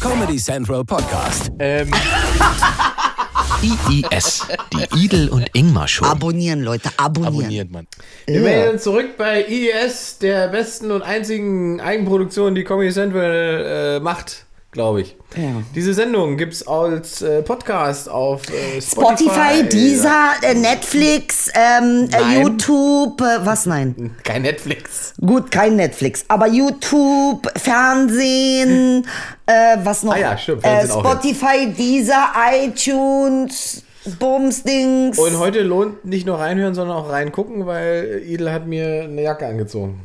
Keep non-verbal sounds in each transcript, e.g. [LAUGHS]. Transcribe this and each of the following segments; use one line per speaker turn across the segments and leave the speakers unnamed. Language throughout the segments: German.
Comedy Central Podcast.
Ähm,
IIS, die Idel und Ingmar Show.
Abonnieren, Leute, abonnieren.
abonniert man. Wir melden uns zurück bei IES, der besten und einzigen Eigenproduktion, die Comedy Central äh, macht, glaube ich.
Ja.
Diese Sendung gibt es als äh, Podcast auf äh, Spotify.
Spotify, Deezer, äh, Netflix, ähm, äh,
Nein.
YouTube, äh, was nein?
Kein Netflix.
Gut, kein Netflix, aber YouTube, Fernsehen, äh, was noch?
Ah ja, stimmt,
Äh,
Fernsehen auch
Spotify, Deezer, iTunes, Bumsdings.
Und heute lohnt nicht nur reinhören, sondern auch reingucken, weil Idel hat mir eine Jacke angezogen.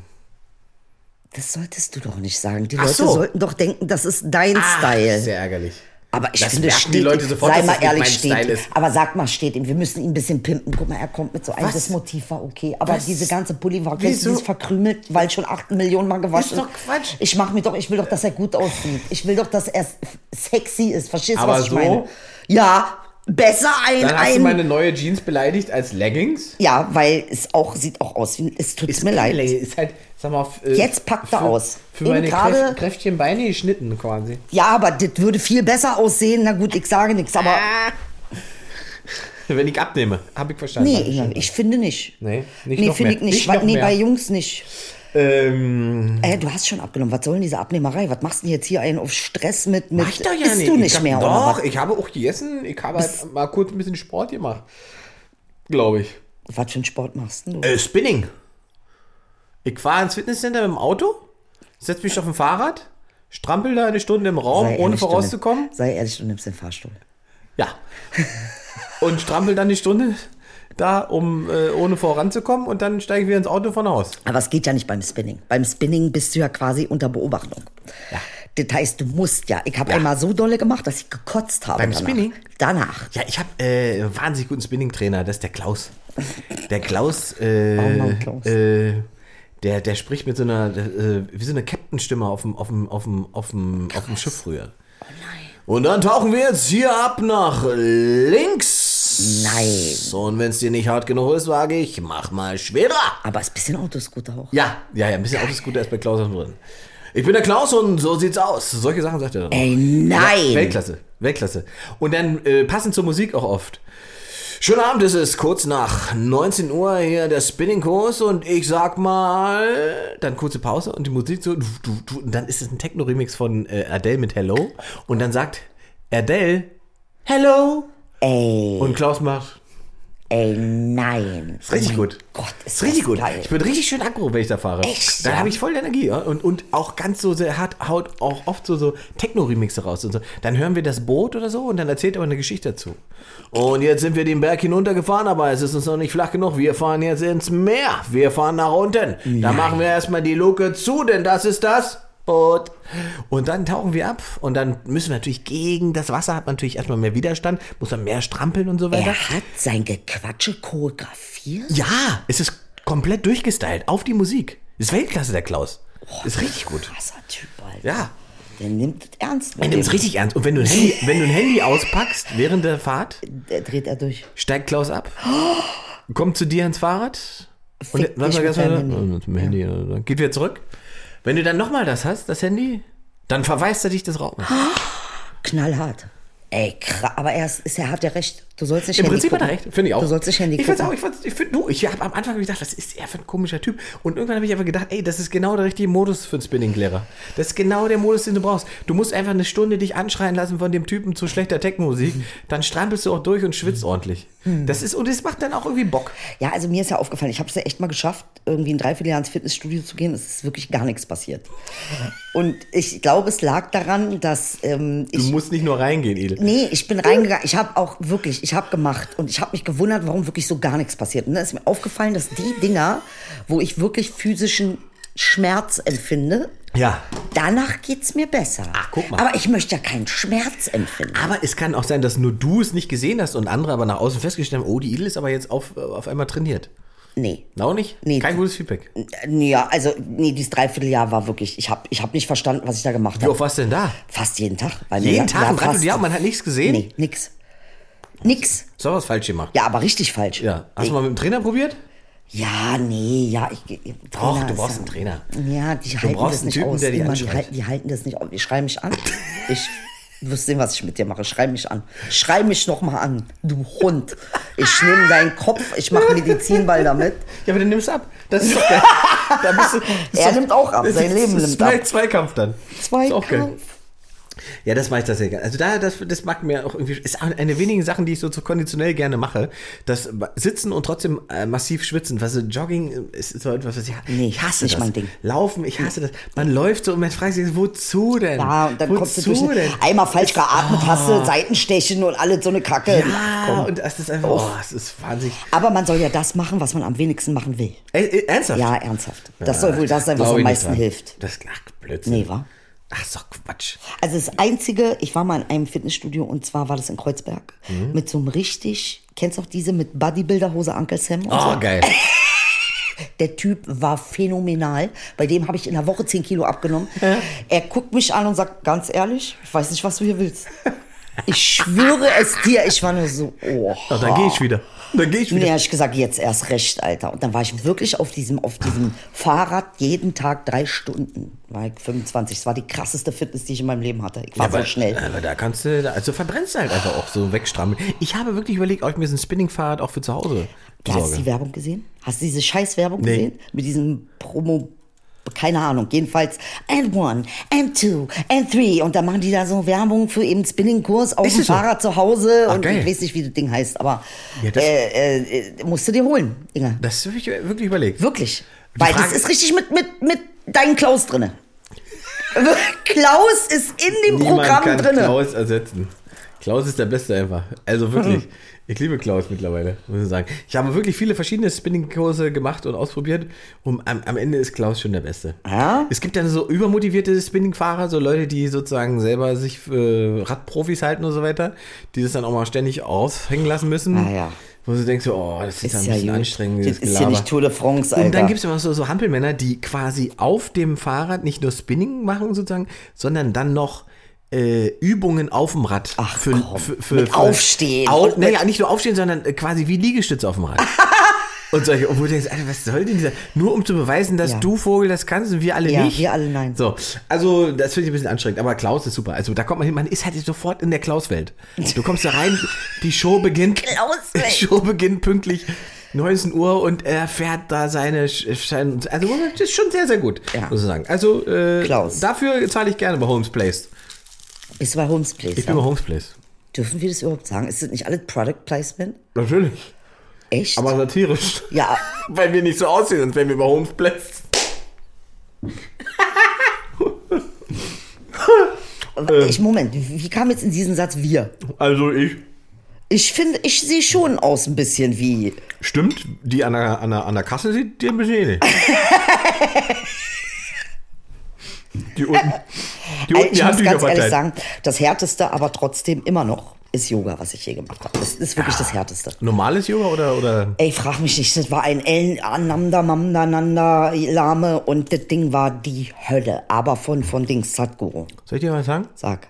das solltest du doch nicht sagen. Die
Ach
Leute
so. Ah,
sollten doch denken, das ist dein Ah. Style.
Sehr ärgerlich.
Aber ich
Das
finde,
merken die Leute sofort,
sei
dass
mal
das nicht
ehrlich,
mein
steht.
Style
ihm.
ist.
Aber sag mal, steht ihm. Wir müssen ihn ein bisschen pimpen. Guck mal, er kommt mit so einem.
Was?
Das Motiv war okay. Aber
Was?
diese ganze Pulli war kennst du
Wieso?
dieses verkrümelt, weil schon acht Millionen Mal
Ist
gewaschen.
doch Quatsch.
Ich mach mir doch, ich will doch, dass er gut aussieht. Ich will doch, dass er s- sexy ist. Verstehst du,
Aber
was ich
so?
meine? Ja, besser ein,
Dann hast du
ein.
meine neue Jeans beleidigt als Leggings.
ja, weil es auch, sieht auch aus wie, es tut mir leid.
Leggings Ist halt, sag mal, f- äh,
Jetzt packt er
für,
aus.
Für
Eben
meine
gerade-
Kräf Kräftchen Beine geschnitten quasi.
Ja, aber das würde viel besser aussehen. Na gut, ich sage nichts, aber
Ah. Wenn ich abnehme, habe ich verstanden.
nee,
Hab ich
Inge,
verstanden.
ich finde nicht.
Nee, nicht
nee,
noch
finde
mehr.
ich nicht.
Nicht
Weil-
noch
nee,
mehr.
bei Jungs nicht.
Ähm,
Äh, du hast schon abgenommen. Was soll denn diese Abnehmerei? Was machst du denn jetzt hier einen auf Stress mit? mit
mach ich doch ja
isst
nicht.
du
Ich
nicht
hab-
mehr,
Doch,
oder
ich habe auch gegessen. Ich habe halt mal kurz ein bisschen Sport gemacht. Glaube ich.
was? Was für einen Sport machst denn du?
Äh, Spinning. Ich fahre ins Fitnesscenter mit dem Auto, setze mich auf ein Fahrrad, strampel da eine Stunde im Raum, um,
Sei
ohne
ehrlich, du nimm-
vorauszukommen.
Sei ehrlich, du nimmst den Fahrstuhl. [LAUGHS]
Ja. Und strampel dann die Stunde da, um äh, ohne voranzukommen und dann steige ich wieder ins Auto von Haus.
Aber es geht ja nicht beim Spinning. Beim Spinning bist du ja quasi unter Beobachtung. Das heißt, du musst ja. Ich habe einmal so dolle gemacht, dass ich gekotzt habe.
Beim
danach.
Spinning?
Danach.
Ja, ich habe äh, einen wahnsinnig guten Spinning-Trainer, das ist der Klaus. Der Klaus, äh,
Oh Mann, Klaus.
Äh, der, der spricht mit so einer, äh, wie so eine Captain-Stimme auf dem, auf, dem, auf, dem, auf, dem, auf dem Schiff früher.
Oh
Und dann tauchen wir jetzt hier ab nach links.
Nein.
Und wenn es dir nicht hart genug ist, sage ich, mach mal schwerer.
Aber es ist ein bisschen Autoscooter auch.
Ja, ja, ja, ein bisschen Autoscooter ist bei Klaus auch drin. Ich bin der Klaus und so sieht's aus. Solche Sachen sagt er dann.
Ey, nein.
Weltklasse, Weltklasse. Und dann äh, passend zur Musik auch oft. Schönen Abend, es ist kurz nach 19 Uhr hier der Spinning-Kurs und ich sag mal, dann kurze Pause und die Musik so, du, du, du, und dann ist es ein Techno-Remix von äh, Adele mit Hello und dann sagt Adele Hello
Ey,
und Klaus macht,
ey, nein.
ist richtig gut.
Oh Gott, ist,
Ist richtig
das
gut.
Geil.
Ich bin richtig schön aggro, wenn ich da fahre.
Echt,
Dann
ja?
habe ich voll Energie. Ja? Und, und auch ganz so, sehr hart haut auch oft so, so Techno-Remixe raus und so. Dann hören wir das Boot oder so und dann erzählt er eine Geschichte dazu. Und jetzt sind wir den Berg hinuntergefahren, aber es ist uns noch nicht flach genug. Wir fahren jetzt ins Meer. Wir fahren nach unten. Da machen wir erstmal die Luke zu, denn das ist das. Boot. Und dann tauchen wir ab und dann müssen wir natürlich gegen das Wasser, hat man natürlich erstmal mehr Widerstand, muss man mehr strampeln und so weiter.
Er hat sein Gequatsche choreografiert.
Ja, es ist komplett durchgestylt auf die Musik. Ist Weltklasse, der Klaus. ist richtig gut.
Krasser Typ, Alter.
Ja.
Der nimmt das ernst.
Er
Mit
nimmt es richtig ernst. Und wenn du, ein
[LAUGHS]
Handy, wenn du ein Handy auspackst während der Fahrt,
Der dreht er durch.
steigt Klaus ab, kommt zu dir ans Fahrrad und
Fick
warte
dich
mal ganz
mit
mal,
deinem Handy.
Oh, mit dem Handy oder so. geht wieder zurück. Wenn du dann nochmal das hast, das Handy, dann verweist er dich des Raumes.
Knallhart. Ey, krass. Aber er, ist, ist- er hat ja recht. Du sollst nicht
Im
Handy
Prinzip hat er
gucken.
recht, finde ich auch.
Du sollst nicht Handy
ich find's
gucken.
auch, ich find's, ich find, du, ich habe am Anfang gedacht, das ist er für ein komischer Typ. Und irgendwann habe ich einfach gedacht, ey, das ist genau der richtige Modus für einen Spinning-Lehrer. Das ist genau der Modus, den du brauchst. Du musst einfach eine Stunde dich anschreien lassen von dem Typen zu schlechter Tech-Musik. Dann strampelst du auch durch und schwitzt ordentlich. Das ist, und das macht dann auch irgendwie Bock.
Ja, also mir ist ja aufgefallen, ich habe es ja echt mal geschafft, irgendwie ein Dreivierteljahr ins Fitnessstudio zu gehen. Es ist wirklich gar nichts passiert. Und ich glaube, es lag daran, dass ähm,
Du
ich
musst nicht nur reingehen, Edel.
Nee, ich bin reingegangen. Ich habe auch wirklich, ich habe gemacht und ich habe mich gewundert, warum wirklich so gar nichts passiert. Und dann ist mir aufgefallen, dass die Dinger, wo ich wirklich physischen Schmerz empfinde,
Ja.
danach geht's mir besser.
Ach, guck mal. Ah.
Aber ich möchte ja keinen Schmerz empfinden.
Aber es kann auch sein, dass nur du es nicht gesehen hast und andere aber nach außen festgestellt haben, oh, die Edel ist aber jetzt auf, auf einmal trainiert.
Nee.
Auch nicht?
Nee.
Kein gutes Feedback.
Nee, Ja, also nee, dieses Dreivierteljahr war wirklich, ich habe ich hab nicht verstanden, was ich da gemacht
Wie
habe.
oft warst du denn da?
Fast jeden Tag. Weil mir-
Jeden Tag
ja,
im Radio,
fast-
ja, man hat nichts gesehen.
Nee, nix. Nix.
Hast du auch was falsch gemacht?
Ja, aber richtig falsch.
Ja. Hast du mal mit dem Trainer probiert?
Ja, nee, ja, ich. ich
Doch,
Trainer
du
ist
brauchst
ja-
einen Trainer.
Ja, die halten
brauchst
das
einen
nicht
Typen,
aus.
der dich
Immer, die,
anschreit.
halten, die halten das nicht aus. Ich schreibe mich an. Ich Du wirst sehen, was ich mit dir mache. Schrei mich an. Schrei mich nochmal an, du Hund. Ich nehme deinen Kopf, ich mache Medizinball damit.
Ja, aber dann nimmst du ab. Das
[LAUGHS]
ist doch geil. Da bist du,
Er nimmt auch
[LAUGHS]
ab, sein Leben
das ist
nimmt ab.
Zwei- Zweikampf dann. Ist auch geil.
Zweikampf.
Ja, das mache ich tatsächlich. gerne. Also da, das, das mag mir auch irgendwie, ist eine der wenigen Sachen, die ich so zu konditionell gerne mache. Das Sitzen und trotzdem äh, massiv schwitzen. Was so Jogging äh, ist so etwas, was ich,
Nee,
ich hasse
nicht
das.
mein Ding.
Laufen, ich hasse das. Man läuft so und man fragt sich, wozu denn?
Ja, und dann kommst du
wozu
durch.
denn?
Einmal falsch geatmet hast du, Seitenstechen und alle so eine Kacke. Ach, Also, komm.
Ah, und das ist einfach, oh, es ist wahnsinnig.
Aber man soll ja das machen, was man am wenigsten machen will.
Ey, ey, ernsthaft?
Ja, ernsthaft. Das soll wohl das sein, was
Glaub
am
ich nicht
meisten
dran.
hilft.
Das ist ach, Blödsinn.
Nee, wa?
Ach, ist doch Quatsch.
Also das Einzige, ich war mal in einem Fitnessstudio und zwar war das in Kreuzberg. Mit so einem richtig, kennst du auch diese mit Bodybuilder-Hose Uncle Sam? Und
Oh,
so. [LAUGHS]
geil.
Der Typ war phänomenal. Bei dem habe ich in der Woche 10 Kilo abgenommen. Er guckt mich an und sagt, ganz ehrlich, ich weiß nicht, was du hier willst. Ich schwöre es dir, ich war nur so, oh.
Ach, dann gehe ich wieder. Dann gehe ich
Nee,
wieder.
habe ich gesagt, jetzt erst recht, Alter. Und dann war ich wirklich auf diesem, auf diesem Fahrrad jeden Tag drei Stunden. War ich 25. Das war die krasseste Fitness, die ich in meinem Leben hatte. Ich war so
aber,
schnell.
Aber da kannst du, da- also verbrennst du halt einfach auch so wegstrammeln. Ich habe wirklich überlegt, ob ich mir so ein Spinningfahrrad auch für zu Hause
Ja, hast du die
besorge.
Werbung gesehen? Hast du diese scheiß Werbung gesehen? Mit diesem Promo, keine Ahnung, jedenfalls and one, and two, and three. Und dann machen die da so Werbung für eben Spinning-Kurs auf
Ist
dem
es so?
Fahrrad zu Hause.
Ah,
und
geil.
ich weiß nicht, wie das Ding heißt, aber
Ja, das-
äh, äh, äh, musst du dir holen, Inge.
Das habe ich wirklich überlegt.
Wirklich. Weil
Frage-
das ist richtig mit, mit, mit deinem Klaus drinne. Klaus ist in dem Programm drinne.
Klaus ersetzen. Klaus ist der Beste einfach. Also wirklich.
Mhm.
Ich liebe Klaus mittlerweile, muss ich sagen. Ich habe wirklich viele verschiedene Spinning-Kurse gemacht und ausprobiert. Und am, am Ende ist Klaus schon der Beste.
Ja?
Es gibt dann so übermotivierte Spinning-Fahrer, so Leute, die sozusagen selber sich für Radprofis halten und so weiter, die das dann auch mal ständig aushängen lassen müssen.
Ah, ja.
Wo du denkst, oh, das ist, ja ein bisschen
gut.
anstrengend.
Das
dieses
ist ja
Gelaber.
nicht Tour de France, Alter.
Und dann gibt es immer so, so Hampelmänner, die quasi auf dem Fahrrad nicht nur Spinning machen sozusagen, sondern dann noch äh, Übungen auf dem Rad.
Ach, komm. Mit Aufstehen
Au,
und mit-
naja, nicht nur aufstehen, sondern äh, quasi wie Liegestütze auf dem
[LAUGHS]
Rad. und solche, obwohl du denkst, Alter, was soll denn dieser? Nur um zu beweisen, dass
Ja.
du Vogel das kannst und wir alle
Ja,
nicht.
wir alle nein.
So, also das finde ich ein bisschen anstrengend, aber Klaus ist super. Also da kommt man hin, man ist halt sofort in der Klaus-Welt. Du kommst da rein, die Show beginnt.
[LAUGHS] Klaus-Welt.
Die Show beginnt pünktlich 19 Uhr und er fährt da seine, Sch- Schein- also das ist schon sehr, sehr gut,
Ja.
muss ich sagen. Also äh,
Klaus.
dafür zahle ich gerne bei Holmes Place.
Bist du bei Holmes Place?
Ich bin bei Holmes Place.
Dürfen wir das überhaupt sagen? Ist das nicht alles Product Placement?
Natürlich,
Echt?
aber satirisch. [LAUGHS]
ja,
Weil wir nicht so aussehen, sonst wären wir bei Holmes Place. Äh.
ich, Moment, wie kam jetzt in diesen Satz wir?
Also ich.
Ich finde, ich sehe schon aus ein bisschen wie.
Stimmt, die an der, an der, an der Kasse sieht dir ein bisschen ähnlich. [LAUGHS] die unten. Die
Ey,
unten
ich
die
muss
Handtücher
ganz ehrlich
verteilt.
sagen, das härteste, aber trotzdem immer noch, ist Yoga, was ich je gemacht habe. Das ist wirklich das härteste.
Normales Yoga oder, oder?
Ey, frag mich nicht, das war ein Ellen Ananda Mamdananda Lame und das Ding war die Hölle. Aber von, von Dings Sadhguru.
Soll ich dir mal sagen?
Sag.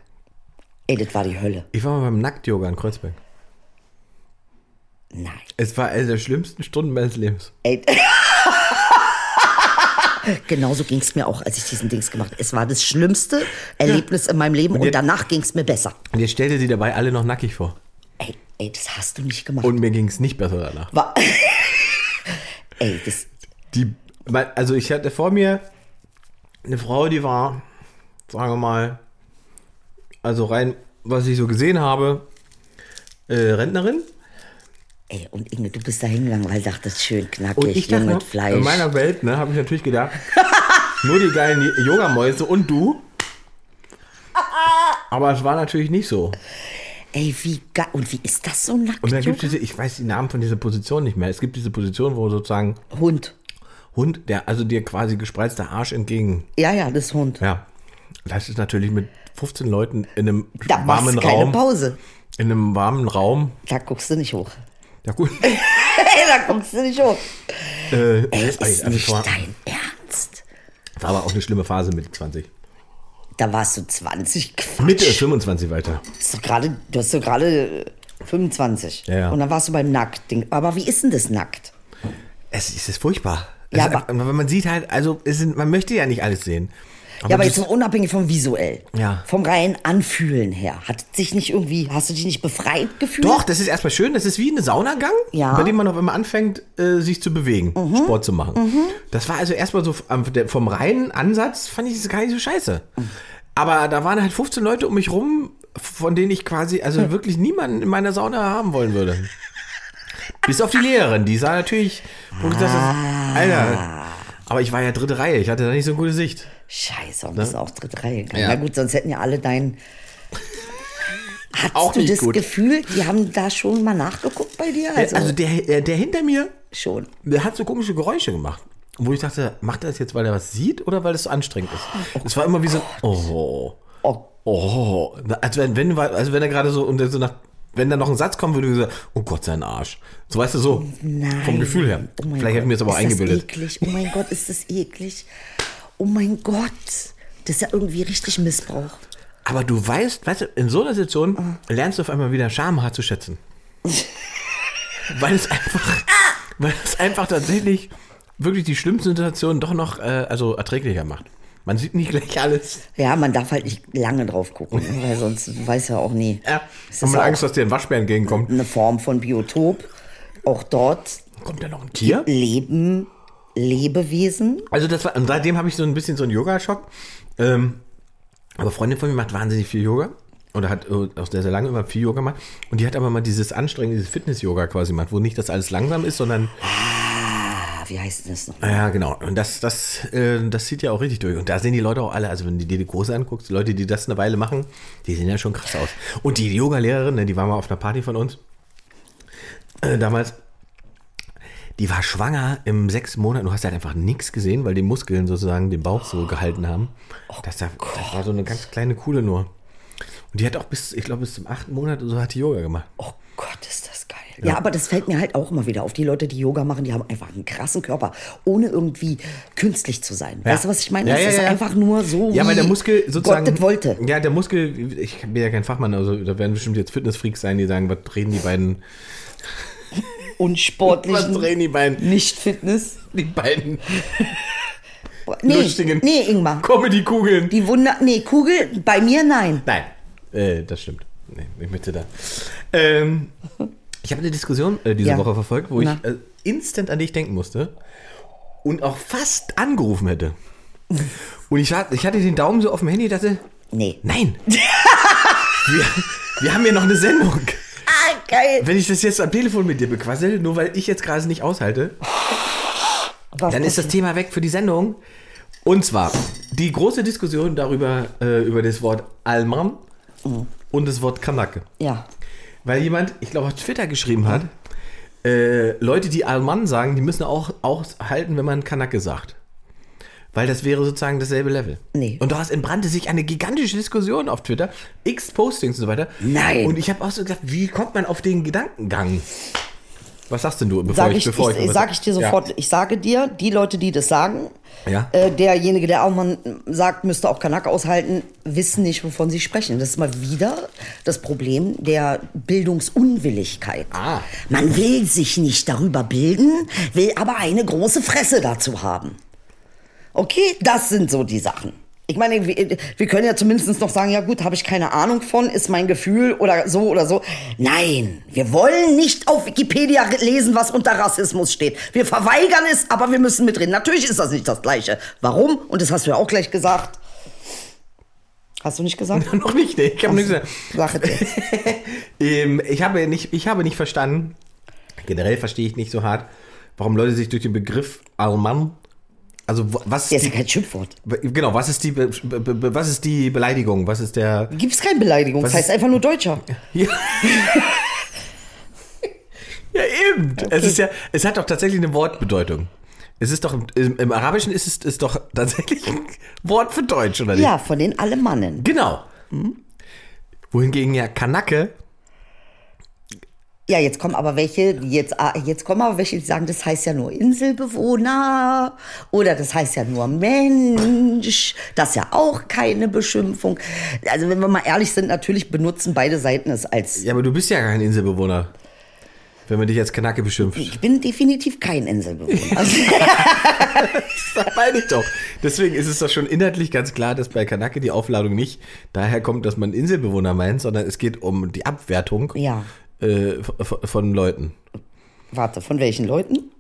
Ey, das war die Hölle.
Ich war mal beim Nackt-Yoga in Kreuzberg.
Nein.
Es war eine der schlimmsten Stunden meines Lebens.
Ey. [LAUGHS] Genauso ging es mir auch, als ich diesen Dings gemacht habe. Es war das schlimmste Erlebnis in meinem Leben und
jetzt-
danach ging es mir besser.
Und jetzt stellte sie dabei alle noch nackig vor.
Ey, ey, das hast du nicht gemacht.
Und mir ging es nicht besser danach.
War- [LAUGHS] ey, das,
Die, mein- also ich hatte vor mir eine Frau, die war, sagen wir mal, also rein, was ich so gesehen habe, äh, Rentnerin.
ey, und Inge, du bist da hingegangen, weil du dachtest, schön knackig,
Und ich
jung
dachte,
mit Fleisch.
in meiner Welt, ne, habe ich natürlich gedacht, [LAUGHS] nur die geilen Yogamäuse und du. Aber es war natürlich nicht so.
Ey, wie geil. Und wie ist das so nackt?
Und dann gibt
Junge?
es diese, ich weiß die Namen von dieser Position nicht mehr. Es gibt diese Position, wo sozusagen
Hund.
Hund, der also dir quasi gespreizter Arsch entgegen.
Ja, ja, das ist Hund.
Ja. Das ist natürlich mit 15 Leuten in einem
Da machst
warmen
du keine
Raum.
Pause.
In einem warmen Raum.
Da guckst du nicht hoch. [LAUGHS]
Ja gut.
Ey, da guckst du nicht hoch.
äh,
Ey,
ey,
ist
also
nicht
es war,
dein Ernst.
war aber auch eine schlimme Phase mit 20.
Da warst du 20 Quatsch.
Mitte 25 weiter.
Hast du gerade- Du hast doch gerade äh, 25.
Ja, ja.
Und dann warst du beim Nacktding. Aber wie ist denn das nackt?
Es ist, es ist furchtbar.
Ja,
es ist,
aber-
aber man sieht halt, also es sind, man möchte ja nicht alles sehen.
ja, aber
das-
jetzt mal unabhängig vom visuell.
Ja.
Vom reinen Anfühlen her. Hat sich nicht irgendwie, hast du dich nicht befreit gefühlt?
Doch, das ist erstmal schön. Das ist wie ein Saunagang,
Ja. Mhm.
bei dem man auf einmal anfängt, äh, sich zu bewegen, Sport zu machen. Das war also erstmal so am- der- vom reinen Ansatz, fand ich das gar nicht so scheiße.
Mhm.
Aber da waren halt 15 Leute um mich rum, von denen ich quasi, also wirklich niemanden in meiner Sauna haben wollen würde. Bis auf die Lehrerin, die sah natürlich, wo ich dachte,
Ah.
Alter. Aber ich war ja dritte Reihe, ich hatte da nicht so eine gute Sicht.
Scheiße, um und bist auch dritte Reihe gegangen.
Ne? Ja.
Na gut, sonst hätten ja alle
[LAUGHS]
deinen. Hattest
Auch
du
nicht
das
gut.
Gefühl, die haben da schon mal nachgeguckt bei dir? Also,
also der, äh, der hinter mir,
schon.
Der hat so komische Geräusche gemacht. Wo ich dachte, macht er das jetzt, weil er was sieht oder weil es so anstrengend ist? Es war immer wie so, oh,
Oh,
oh. Na, Als wenn, wenn, also wenn er gerade so, und so nach, wenn da noch ein Satz kommen würde, würde ich sagen, oh Gott, sein Arsch. So weißt du, so
nein.
vom Gefühl her.
Oh mein
Vielleicht habe ich mir das aber
ist
eingebildet.
Das eklig. Oh mein Gott, ist das eklig. Oh mein Gott. Das ist ja irgendwie richtig Missbrauch.
aber du weißt, weißt du, in so einer
Ah.
Situation lernst du auf einmal wieder Scham hart zu
[LAUGHS]
schätzen. weil es einfach, weil es einfach tatsächlich wirklich die schlimmsten Situationen doch noch äh, also erträglicher macht. Man sieht nicht gleich alles.
Ja, man darf halt nicht lange
[LAUGHS]
drauf gucken, ne, weil sonst weiß ja auch nie.
Ja,
Es
haben
ist
wir
ja
Angst,
auch
dass dir ein Waschbär entgegenkommt.
eine Form von Biotop. Auch dort
Kommt da noch ein Tier?
leben Lebewesen.
Also das war, und seitdem habe ich so ein bisschen so einen Yoga-Schock. Ähm, aber Freundin von mir macht wahnsinnig viel Yoga. Oder hat äh, auch sehr, sehr lange immer viel Yoga gemacht. Und die hat aber mal dieses anstrengende, dieses Fitness-Yoga quasi gemacht, wo nicht das alles langsam ist, sondern.
Ah, wie heißt denn das noch?
Ja, genau. Und das, das, äh, das zieht ja auch richtig durch. Und da sehen die Leute auch alle, also wenn du dir die Große anguckst, die Leute, die das eine Weile machen, die sehen ja schon krass aus. Und die Yoga-Lehrerin, ne, die war mal auf einer Party von uns, äh, damals, die war schwanger im sechs Monaten. Du hast halt einfach nichts gesehen, weil die Muskeln sozusagen den Bauch so gehalten haben. das, da, das war so eine ganz kleine Kuhle nur. Und die hat auch bis, ich glaube, bis zum achten Monat oder so hat die Yoga gemacht.
Oh Gott, ist das geil. Ja. aber das fällt mir halt auch immer wieder auf. Die Leute, die Yoga machen, die haben einfach einen krassen Körper, ohne irgendwie künstlich zu sein. Weißt du, was ich meine?
Ja,
das
ja,
ist
ja.
einfach nur so,
Ja,
Oh, wie
weil der Muskel sozusagen.
Gott das wollte.
Ja, der Muskel, ich bin ja kein Fachmann, also da werden bestimmt jetzt Fitnessfreaks sein, die sagen, was reden die beiden. Was
Unsportlichen,
drehen die beiden?
Nicht-Fitness.
Die beiden
Nee,
lustigen
nee, Ingmar.
Comedy-Kugeln.
Die Wunder... Nee, Kugel, bei mir nein.
Nein, äh, das stimmt. Nee, ich möchte da. Ähm, ich habe eine Diskussion äh, diese
Ja.
Woche verfolgt, wo
Na.
ich äh, instant an dich denken musste und auch fast angerufen hätte. Und ich, war- ich hatte den Daumen so auf dem Handy, dachte,
Nee. [LAUGHS]
nein. wir, wir haben ja noch eine Sendung.
Ah, geil.
Wenn ich das jetzt am Telefon mit dir bequassel, nur weil ich jetzt gerade nicht aushalte,
Was
dann ist das Thema weg für die Sendung. Und zwar die große Diskussion darüber, äh, über das Wort Almram und das Wort Kanake.
Ja.
Weil jemand, ich glaube, auf Twitter geschrieben hat, äh, Leute, die Alman sagen, die müssen auch aushalten, wenn man Kanake sagt. Weil das wäre sozusagen dasselbe Level.
Nee.
Und daraus entbrannte sich eine gigantische Diskussion auf Twitter, x Postings und so weiter.
Nein.
Und ich habe auch so gedacht, wie kommt man auf den Gedankengang? Was sagst denn du, bevor
Sag
ich,
ich, ich,
bevor was-
sag ich dir
Ja.
sofort, ich sage dir, die Leute, die das sagen,
Ja.
äh, derjenige, der auch man sagt, müsste auch Kanak aushalten, wissen nicht, wovon sie sprechen. Das ist mal wieder das Problem der Bildungsunwilligkeit.
Ah.
Man will sich nicht darüber bilden, will aber eine große Fresse dazu haben. Okay, das sind so die Sachen. Ich meine, wir, wir können ja zumindest noch sagen, ja gut, habe ich keine Ahnung von, ist mein Gefühl oder so oder so. Nein, wir wollen nicht auf Wikipedia lesen, was unter Rassismus steht. Wir verweigern es, aber wir müssen mitreden. Natürlich ist das nicht das Gleiche. Warum? Und das hast du ja auch gleich gesagt. Hast du
[LAUGHS]
nicht gesagt?
[LAUGHS] Noch nicht, ne? Ich habe nichts gesagt.
Sag es jetzt.
Ähm, ich, habe nicht, ich habe nicht verstanden, generell verstehe ich nicht so hart, warum Leute sich durch den Begriff Alman, also wo- was
Der
ist
ist ja
die,
kein Schimpfwort.
genau, was ist die, Be- Be- Be- was ist die Beleidigung, was ist der,
Gibt es keine Beleidigung,
Was
das heißt
ist-
einfach nur Deutscher.
ja, ja eben, es ist ja, es hat doch tatsächlich eine Wortbedeutung. Es ist doch, im- im, im Arabischen ist es ist doch tatsächlich ein Wort für Deutsch, oder nicht?
Ja, von den Alemannen.
Genau. Wohingegen ja Kanake,
Ja, jetzt kommen aber welche, die jetzt, ah, jetzt kommen aber welche, die sagen, das heißt ja nur Inselbewohner oder das heißt ja nur Mensch. Das ist ja auch keine Beschimpfung. Also wenn wir mal ehrlich sind, natürlich benutzen beide Seiten es als
ja, aber du bist ja kein Inselbewohner. wenn man dich als Kanake beschimpft.
Ich bin definitiv kein
[LAUGHS]
Inselbewohner. [LAUGHS] Also,
Das meine ich doch. Deswegen ist es doch schon inhaltlich ganz klar, dass bei Kanake die Aufladung nicht daher kommt, dass man Inselbewohner meint, sondern es geht um die Abwertung
Ja.
äh, von, von Leuten,
warte, von welchen Leuten?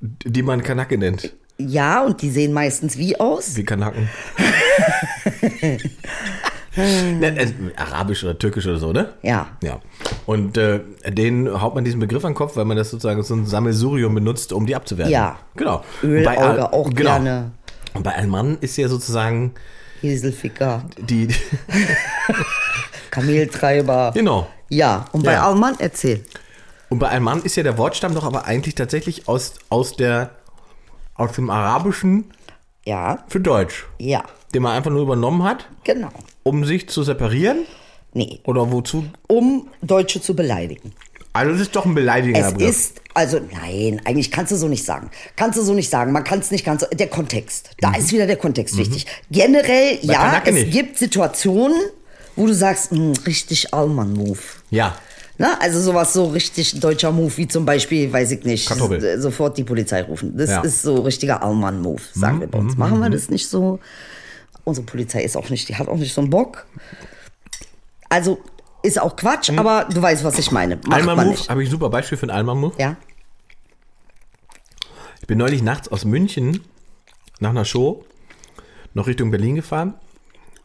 die man Kanake nennt.
Ja, und die sehen meistens wie aus?
Wie
[LAUGHS]
Kanaken. Na, äh, Arabisch oder Türkisch oder so, ne?
Ja.
Ja. Und äh, den haut man diesen Begriff an den Kopf, weil man das sozusagen als so ein Sammelsurium benutzt, um die abzuwerten.
Ja.
Genau.
Öl,
Bei
Auge
Al-
auch
genau.
gerne.
Und bei einem Mann ist ja sozusagen
Heselficker,
die. [LAUGHS]
Kameltreiber.
genau.
Ja, und bei
Ja.
Alman erzähl.
Und bei einem Mann ist ja der Wortstamm doch aber eigentlich tatsächlich aus, aus der aus dem Arabischen
Ja,
für Deutsch.
ja,
Den man einfach nur übernommen hat,
genau.
um sich zu separieren
Nee,
oder wozu.
um Deutsche zu beleidigen.
Also es ist doch ein beleidigender
Es
Begriff.
ist, also nein, eigentlich kannst du so nicht sagen. Kannst du so nicht sagen. Man kann es nicht ganz so. Der Kontext. Da ist wieder der Kontext wichtig. Generell,
Mhm. Bei
ja,
Kanake
es
nicht.
gibt Situationen, wo du sagst, "Hm, richtig Allmann-Move.
Ja.
Ne? Also sowas so richtig deutscher Move, wie zum Beispiel, weiß ich nicht,
Kartoffel.
s- sofort die Polizei rufen. Das
Ja. Mhm,
ist so richtiger Allmann-Move, sagen wir bei uns. Machen wir das nicht so. Unsere Polizei ist auch nicht, die hat auch nicht so einen Bock. Also ist auch Quatsch,
Mhm.
aber du weißt, was ich meine. Macht man
Alman-Move
nicht.
habe ich ein super Beispiel für einen Alman-Move.
Ja.
Ich bin neulich nachts aus München nach einer Show noch Richtung Berlin gefahren,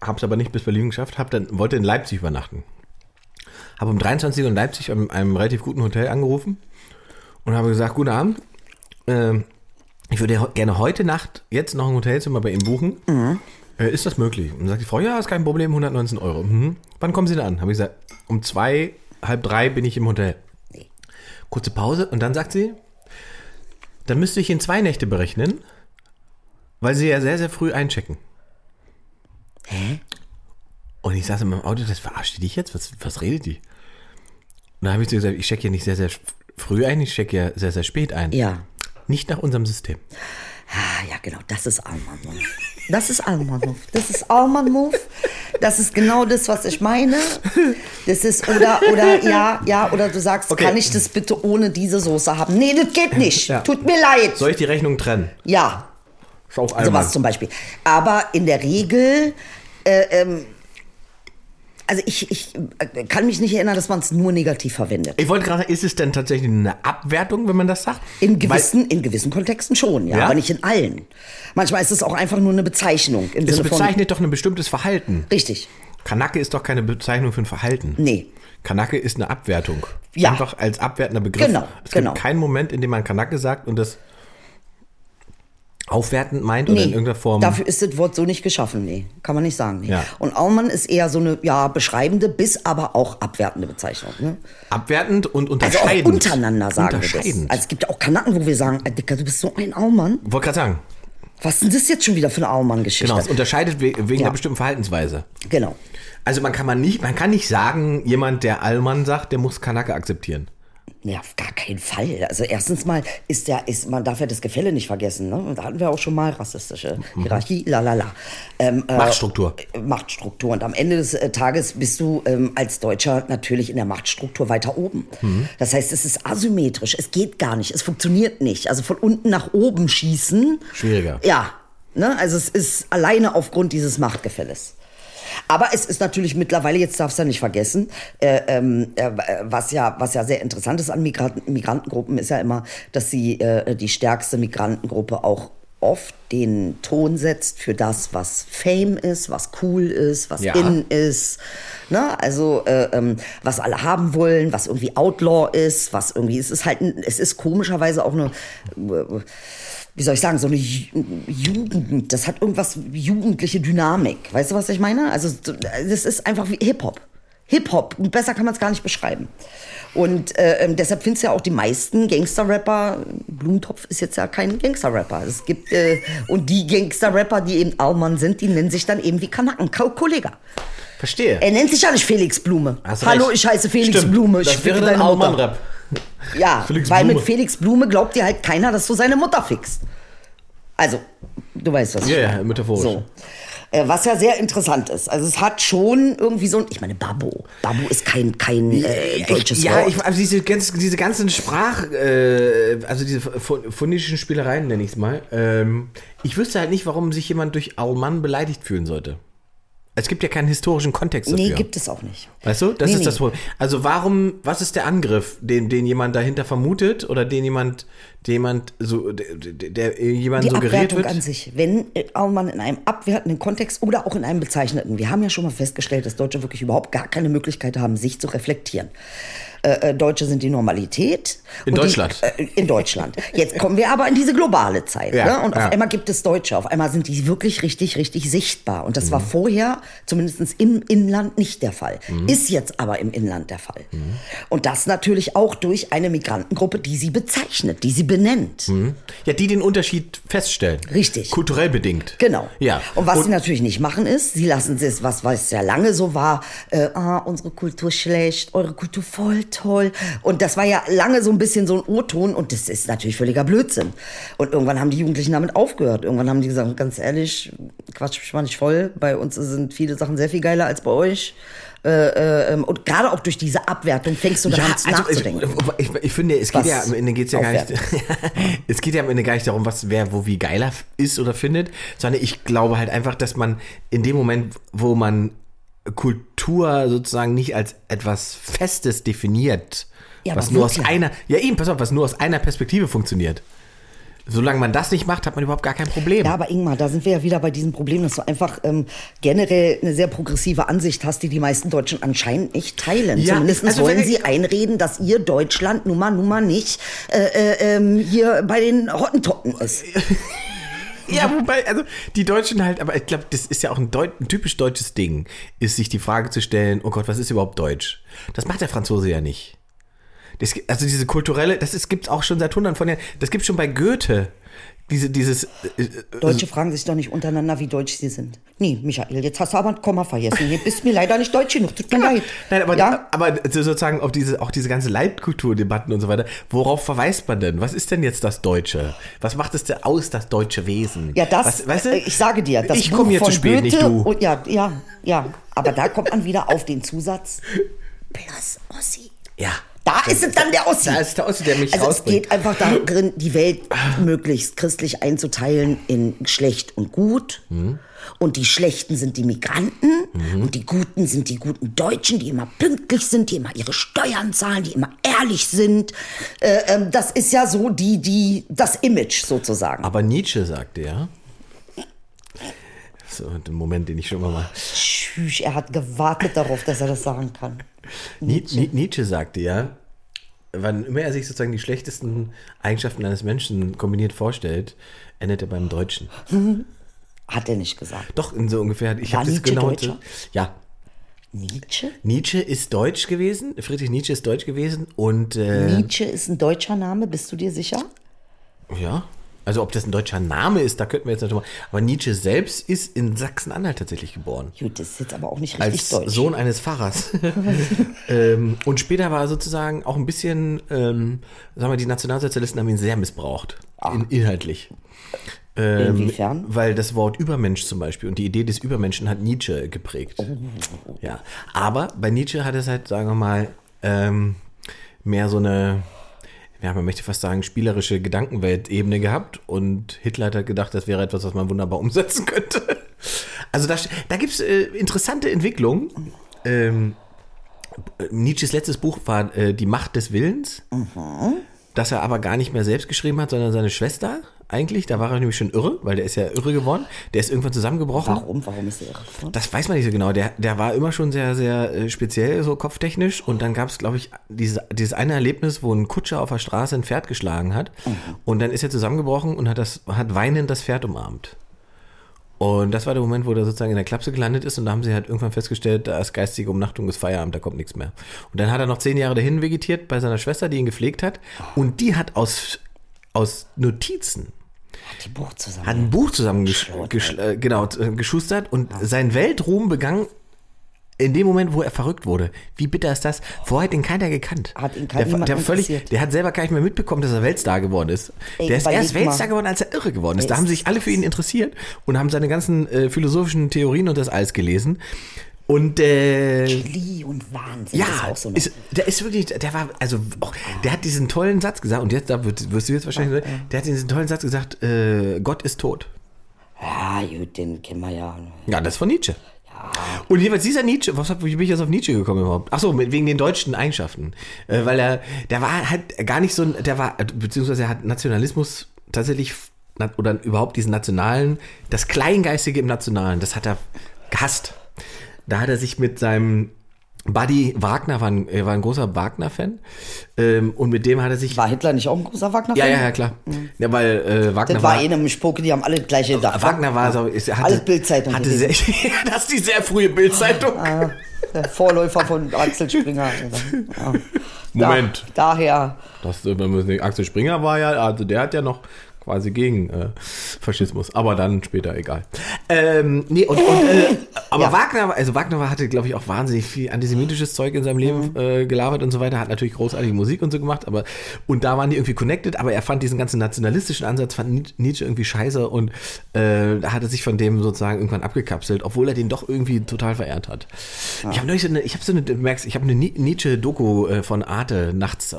hab's aber nicht bis Berlin geschafft, hab dann, wollte in Leipzig übernachten. Habe um 23 Uhr in Leipzig an einem relativ guten Hotel angerufen und habe gesagt, guten Abend, ähm, ich würde he- gerne heute Nacht jetzt noch ein Hotelzimmer bei Ihnen buchen. Äh, ist das möglich? Und dann sagt die Frau, ja, ist kein Problem, 119 Euro. Mhm. Wann kommen Sie denn an? Habe ich gesagt, um zwei, halb drei bin ich im Hotel. Kurze Pause und dann sagt sie, dann müsste ich in zwei Nächte berechnen, weil sie ja sehr, sehr früh einchecken. Hä? Und ich saß in meinem Auto, das verarscht die dich jetzt? Was, was redet die? Und dann habe ich zu ihr gesagt, ich checke ja nicht sehr, sehr f- früh ein, ich checke ja sehr, sehr spät ein.
Ja.
Nicht nach unserem System.
Ah, ja, genau, das ist Almanov. Das ist Almanov. Das ist Almanov. Das ist genau das, was ich meine. Das ist, oder, oder, ja, ja, oder du sagst,
Okay.
kann ich das bitte ohne diese Soße haben? Nee, das geht nicht.
Ja.
Tut mir leid.
Soll ich die Rechnung trennen?
ja,
Ist auch
sowas Also zum Beispiel. Aber in der Regel, äh, ähm, also ich, ich äh, kann mich nicht erinnern, dass man es nur negativ verwendet.
Ich wollte gerade sagen, ist es denn tatsächlich eine Abwertung, wenn man das sagt?
In
Weil-
gewissen, in gewissen Kontexten schon, ja,
Ja?
aber nicht in allen. Manchmal ist es auch einfach nur eine Bezeichnung im
Es
Sinne von.
bezeichnet doch ein bestimmtes Verhalten.
Richtig.
Kanake ist doch keine Bezeichnung für ein Verhalten.
Nee.
Kanake ist eine Abwertung.
Ja.
Einfach als abwertender Begriff.
Genau,
Es
genau.
gibt keinen Moment, in dem man Kanake sagt und das aufwertend meint oder in irgendeiner Form.
Dafür ist das Wort so nicht geschaffen, nee. Kann man nicht sagen. Nee.
Ja.
Und Aumann ist eher so eine ja, beschreibende, bis aber auch abwertende Bezeichnung. Ne?
abwertend und
Also auch
unterscheidend.
untereinander sagen wir das.
unterscheidend.
Also es gibt ja auch Kanaken, wo wir sagen, "Ey, Dicker, du bist so ein Aumann.
Wollte gerade sagen.
Was ist denn das jetzt schon wieder für eine Aumann-Geschichte?
Genau, es unterscheidet we- wegen
Ja.
einer bestimmten Verhaltensweise.
genau.
Also man kann man nicht, man kann nicht sagen, jemand, der Allmann sagt, der muss Kanake akzeptieren.
Ja, auf gar keinen Fall. Also erstens mal ist der, ist, man darf ja das Gefälle nicht vergessen. Ne? Und Da hatten wir auch schon mal rassistische
Mhm.
Hierarchie, lalala. Ähm, äh,
Machtstruktur.
äh, Machtstruktur. Und am Ende des äh, Tages bist du ähm, als Deutscher natürlich in der Machtstruktur weiter oben. Das heißt, es ist asymmetrisch. Es geht gar nicht. Es funktioniert nicht. Also von unten nach oben schießen.
Schwieriger.
Ja. Ne? Also es ist alleine aufgrund dieses Machtgefälles. Aber es ist natürlich mittlerweile, jetzt darfst du ja nicht vergessen, äh, ähm, äh, was, ja, was ja sehr interessant ist an Migranten, Migrantengruppen, ist ja immer, dass sie äh, die stärkste Migrantengruppe auch oft den Ton setzt für das, was Fame ist, was cool ist, was
Ja.
in ist. Ne? Also äh, ähm, was alle haben wollen, was irgendwie Outlaw ist, was irgendwie, es ist halt, ein, es ist komischerweise auch eine, äh, wie soll ich sagen, so eine Ju- Jugend, das hat irgendwas jugendliche Dynamik. Weißt du, was ich meine? Also so- das ist einfach wie Hip-Hop. Hip-Hop, besser kann man es gar nicht beschreiben. Und äh, ähm, deshalb findest du ja auch die meisten Gangster-Rapper, Blumentopf ist jetzt ja kein Gangster-Rapper. Es gibt, äh, und die Gangster-Rapper, die eben Alman sind, die nennen sich dann eben wie Kanaken, Kau- Kollega.
Verstehe.
Er nennt sich ja nicht Felix Blume.
Hast
äh, Hallo,
recht.
ich heiße Felix
Stimmt.
Blume. Ich
Das wäre
fick
dann
deine Mutter.
Allmann-Rap.
Ja,
Felix
weil
Blume.
mit Felix Blume glaubt dir halt keiner, dass du seine Mutter fickst. Also, du weißt was. ich
Ja, ja,
meine.
metaphorisch.
So. Äh, was ja sehr interessant ist. Also es hat schon irgendwie so ein, ich meine, Babbo. Babbo ist kein, kein äh, deutsches
ich, ja,
Wort.
ich, also diese, ganz, diese ganzen Sprach, äh, also diese pho- phonischen Spielereien nenne ich es mal. Ähm, ich wüsste halt nicht, warum sich jemand durch Aumann beleidigt fühlen sollte. Es gibt ja keinen historischen Kontext dafür.
nee, gibt es auch nicht.
Weißt du, das
Nee,
ist
nee.
das Problem. Also warum, was ist der Angriff, den, den jemand dahinter vermutet oder den jemand, den jemand so, der, der- der jemand
Die
suggeriert
Abwertung
wird?
an sich, wenn äh, auch man in einem abwertenden Kontext oder auch in einem bezeichneten, wir haben ja schon mal festgestellt, dass Deutsche wirklich überhaupt gar keine Möglichkeit haben, sich zu reflektieren. Äh, äh, Deutsche sind die Normalität.
In
und
Deutschland.
Die, äh, in Deutschland. Jetzt kommen wir aber in diese globale Zeit.
Ja,
ne? Und
ja.
auf einmal gibt es Deutsche, auf einmal sind die wirklich richtig, richtig sichtbar. Und das
Mhm.
war vorher zumindest im Inland nicht der Fall.
Mhm.
Ist jetzt aber im Inland der Fall. Und das natürlich auch durch eine Migrantengruppe, die sie bezeichnet, die sie benennt.
Ja, die den Unterschied feststellen.
Richtig.
Kulturell bedingt.
Genau.
Ja.
Und was sie natürlich nicht machen ist, sie lassen es, was, was ja lange so war, äh, ah, unsere Kultur schlecht, eure Kultur voll toll. Und das war ja lange so ein bisschen so ein O-Ton und das ist natürlich völliger Blödsinn. Und irgendwann haben die Jugendlichen damit aufgehört. Irgendwann haben die gesagt, ganz ehrlich, quatsch mich mal nicht voll. Bei uns sind viele Sachen sehr viel geiler als bei euch. Äh, äh, ähm, und gerade auch durch diese Abwertung fängst du
ja,
daran
also,
nachzudenken.
Ich, ich, ich finde, es geht
Was
ja am Ende geht's ja gar nicht. [LAUGHS] es geht ja am Ende gar nicht darum, was wer wo wie geiler f- ist oder findet, sondern ich glaube halt einfach, dass man in dem Moment, wo man Kultur sozusagen nicht als etwas Festes definiert,
Ja,
was
aber
nur
wird
aus
ja.
einer, ja eben, pass auf, was nur aus einer Perspektive funktioniert. Solange man das nicht macht, hat man überhaupt gar kein Problem.
Ja, aber Ingmar, da sind wir ja wieder bei diesem Problem, dass du einfach ähm, generell eine sehr progressive Ansicht hast, die die meisten Deutschen anscheinend nicht teilen.
Ja,
Zumindest
also
wollen
wenn ich-
sie einreden, dass ihr Deutschland nun mal, nun mal nicht äh, äh, ähm, hier bei den Hottentotten ist.
Äh, Ja, wobei, also die Deutschen halt, aber ich glaube, das ist ja auch ein, deut- ein typisch deutsches Ding, ist sich die Frage zu stellen, oh Gott, was ist überhaupt Deutsch? Das macht der Franzose ja nicht. Das, gi- also diese kulturelle, das ist- gibt's auch schon seit hunderten von Jahren, das gibt's schon bei Goethe. Diese, dieses, äh, äh,
Deutsche fragen sich doch nicht untereinander, wie deutsch sie sind. Nee, Michael, jetzt hast du aber ein Komma vergessen. Hier bist mir leider nicht deutsch genug. Tut mir leid.
nein, aber,
ja?
aber so sozusagen auf diese, auch diese ganze Leitkulturdebatten und so weiter, worauf verweist man denn? Was ist denn jetzt das Deutsche? Was macht es denn aus, das deutsche Wesen?
Ja, das,
Was, weißt du?
äh, ich sage dir, das
ich
Buch
komme hier
von
zu spät,
Goethe
nicht du.
Und, ja, ja, ja. Aber da kommt man wieder auf den Zusatz. Plus Ossi.
ja.
Da ist es dann der Ossi.
Da ist der Ossi, der mich
also
rausbringt.
es geht einfach darin, die Welt möglichst christlich einzuteilen in schlecht und gut.
Mhm.
Und die Schlechten sind die Migranten und die Guten sind die guten Deutschen, die immer pünktlich sind, die immer ihre Steuern zahlen, die immer ehrlich sind. Äh, ähm, das ist ja so die, die, das Image sozusagen.
Aber Nietzsche sagte ja. So, den Moment, den ich schon immer mal.
Tschüss, er hat gewartet darauf, dass er das sagen kann.
Nie- Nie- Nietzsche sagte ja, wann immer er sich sozusagen die schlechtesten Eigenschaften eines Menschen kombiniert vorstellt, endet er beim Deutschen.
Hat er nicht gesagt.
Doch, in so ungefähr. Ich
War
habe das
Nietzsche
genau.
Deutscher?
Ja.
Nietzsche?
Nietzsche ist deutsch gewesen. Friedrich Nietzsche ist deutsch gewesen und. Äh,
Nietzsche ist ein deutscher Name, bist du dir sicher?
Ja. Also, ob das ein deutscher Name ist, da könnten wir jetzt nicht drüber. Aber Nietzsche selbst ist in Sachsen-Anhalt tatsächlich geboren.
Gut, das ist jetzt aber auch nicht richtig
als
deutsch.
Sohn eines
[LAUGHS]
Pfarrers. ähm, und später war er sozusagen auch ein bisschen, ähm, sagen wir, die Nationalsozialisten haben ihn sehr missbraucht, in, inhaltlich. Ähm,
Ah. Inwiefern?
Weil das Wort Übermensch zum Beispiel und die Idee des Übermenschen hat Nietzsche geprägt.
Oh.
Ja, aber bei Nietzsche hat es halt, sagen wir mal, ähm, mehr so eine, ja, man möchte fast sagen, spielerische Gedankenweltebene gehabt und Hitler hat halt gedacht, das wäre etwas, was man wunderbar umsetzen könnte. [LAUGHS] Also da, da gibt es äh, interessante Entwicklungen. Ähm, Nietzsches letztes Buch war äh, Die Macht des Willens, das er aber gar nicht mehr selbst geschrieben hat, sondern seine Schwester eigentlich. Da war er nämlich schon irre, weil der ist ja irre geworden. Der ist irgendwann zusammengebrochen.
Warum? Warum ist er irre? geworden?
Das weiß man nicht so genau. Der, der war immer schon sehr, sehr äh, speziell, so kopftechnisch. Und dann gab es, glaube ich, diese, dieses eine Erlebnis, wo ein Kutscher auf der Straße ein Pferd geschlagen hat. Und dann ist er zusammengebrochen und hat, das, hat weinend das Pferd umarmt. Und das war der Moment, wo er sozusagen in der Klapse gelandet ist. Und da haben sie halt irgendwann festgestellt, da ist geistige Umnachtung, ist Feierabend, da kommt nichts mehr. Und dann hat er noch zehn Jahre dahin vegetiert bei seiner Schwester, die ihn gepflegt hat. Und die hat aus, aus Notizen
Die Buch zusammen.
hat ein
halt.
Buch zusammen gesch gesch äh, genau, äh, geschustert und sein Weltruhm begann in dem Moment, wo er verrückt wurde, wie bitter ist das? Vorher hat ihn keiner gekannt.
Hat ihn kein-
der,
niemand
der, völlig,
interessiert.
der hat selber gar nicht mehr mitbekommen, dass er Weltstar geworden ist.
Ey,
der ist
überleg
erst Weltstar
mal.
geworden, als er irre geworden ist. Da
Ey,
haben
ist
sich alle für ihn interessiert und haben seine ganzen äh, philosophischen Theorien und das alles gelesen. Und äh,
Lee und Wahnsinn.
ja,
das ist auch so eine
ist, der ist wirklich, der war, also auch, der hat diesen tollen Satz gesagt, und jetzt, da wird, wirst du jetzt wahrscheinlich, der hat diesen tollen Satz gesagt, äh, Gott ist tot.
Ja, gut, den kennen wir ja.
Ja, das ist von Nietzsche. Und jeweils dieser Nietzsche, was hab, wie bin ich jetzt auf Nietzsche gekommen überhaupt? Achso, wegen den deutschen Eigenschaften. Äh, weil er, der war halt gar nicht so ein, der war, beziehungsweise er hat Nationalismus tatsächlich, f- na- oder überhaupt diesen nationalen, das Kleingeistige im Nationalen, das hat er gehasst. Da hat er sich mit seinem Buddy Wagner, war ein, er war ein großer Wagner-Fan, ähm, und mit dem hat er sich.
War Hitler nicht auch ein großer wagner
ja, ja, ja, klar. Ja, weil äh, Wagner
Mhm. Das war eh eine Spoke, die haben alle das gleiche gedacht.
Äh, Wagner war so, ist, hatte,
Alles Bildzeitung
Hatte sehr, [LAUGHS] das ist die sehr frühe Bildzeitung.
Ah. Der Vorläufer von Axel Springer. Ja.
[LAUGHS] Moment.
Da, daher.
Das, äh, wenn man nicht- Axel Springer war ja, also der hat ja noch quasi gegen äh, Faschismus, aber dann später egal. Ähm, nee, und, und äh, aber Wagner, war- also Wagner war- hatte, glaube ich, auch wahnsinnig viel antisemitisches Zeug in seinem Leben äh, gelabert und so weiter, hat natürlich großartige Musik und so gemacht, aber und da waren die irgendwie connected, aber er fand diesen ganzen nationalistischen Ansatz, fand Ni- Nietzsche irgendwie scheiße und äh, hatte sich von dem sozusagen irgendwann abgekapselt, obwohl er den doch irgendwie total verehrt hat. Ich habe neulich so eine, ich habe so eine, du merkst, ich habe eine Ni- Nietzsche-Doku äh, von Arte nachts äh,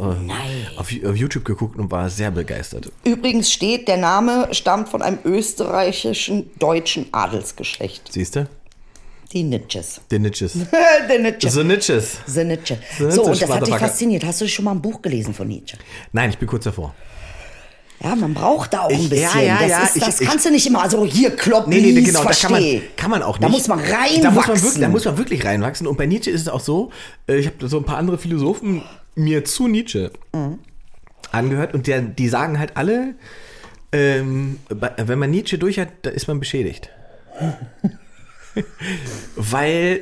auf, Ju- auf YouTube geguckt und war sehr begeistert.
Übrigens steht, der Name stammt von einem österreichischen deutschen Adelsgeschlecht.
Siehst du?
Die Nitches. [LAUGHS]
The Nietzsches.
Der Nitsche.
The Nietzsches.
The Nietzsche.
Nietzsche,
So, und das hat dich
Schwarzer
fasziniert. Hast du schon mal ein Buch gelesen von Nietzsche?
Nein, ich bin kurz davor.
Ja, man braucht da auch
Ich-
ein
ja,
bisschen.
ja,
das
ja,
ist,
ich-
das
ich-
kannst du nicht immer so hier kloppen.
Nee, nee, nee, genau, da
versteh.
kann man, kann man auch nicht.
Da muss man reinwachsen.
Da muss man, wirklich, da muss man wirklich reinwachsen. Und bei Nietzsche ist es auch so, äh, ich habe so ein paar andere Philosophen mir zu Nietzsche
Mhm.
angehört und der, die sagen halt alle, ähm, bei- wenn man Nietzsche durch hat, da ist man
[LAUGHS]
beschädigt. Weil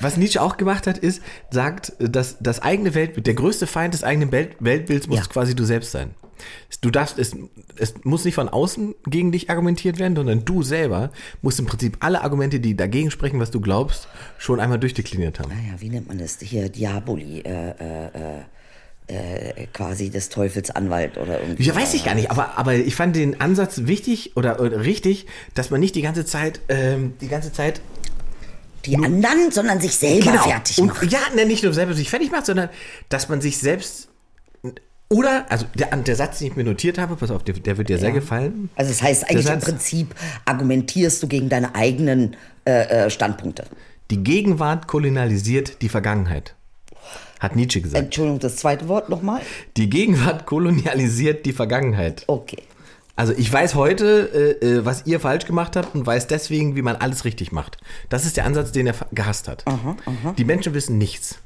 was Nietzsche auch gemacht hat, ist, sagt, dass das eigene Weltbild, der größte Feind des eigenen Welt, Weltbilds muss
Ja.
quasi du selbst sein. Du darfst, es, es muss nicht von außen gegen dich argumentiert werden, sondern du selber musst im Prinzip alle Argumente, die dagegen sprechen, was du glaubst, schon einmal durchdekliniert haben.
Naja, wie nennt man das? Hier Diaboli, äh, äh, äh, äh, quasi des Teufels Anwalt oder irgendwie.
Ja, weiß ich gar nicht, aber, aber ich fand den Ansatz wichtig oder, oder richtig, dass man nicht die ganze Zeit, ähm, die ganze Zeit
Die anderen, sondern sich selber fertig
Genau. Und-
macht.
Ja, ne, nicht nur selber sich fertig macht, sondern dass man sich selbst oder, also der, der Satz, den ich mir notiert habe, pass auf, der, der wird dir sehr gefallen.
Also das heißt eigentlich
Der
im
Satz-
Prinzip argumentierst du gegen deine eigenen äh, äh, Standpunkte.
Die Gegenwart kolonialisiert die Vergangenheit. Hat Nietzsche gesagt.
Entschuldigung, das zweite Wort nochmal.
Die Gegenwart kolonialisiert die Vergangenheit.
Okay.
Also ich weiß heute, äh, äh, was ihr falsch gemacht habt und weiß deswegen, wie man alles richtig macht. Das ist der Ansatz, den er fa- gehasst hat.
Mhm,
Die Menschen wissen nichts.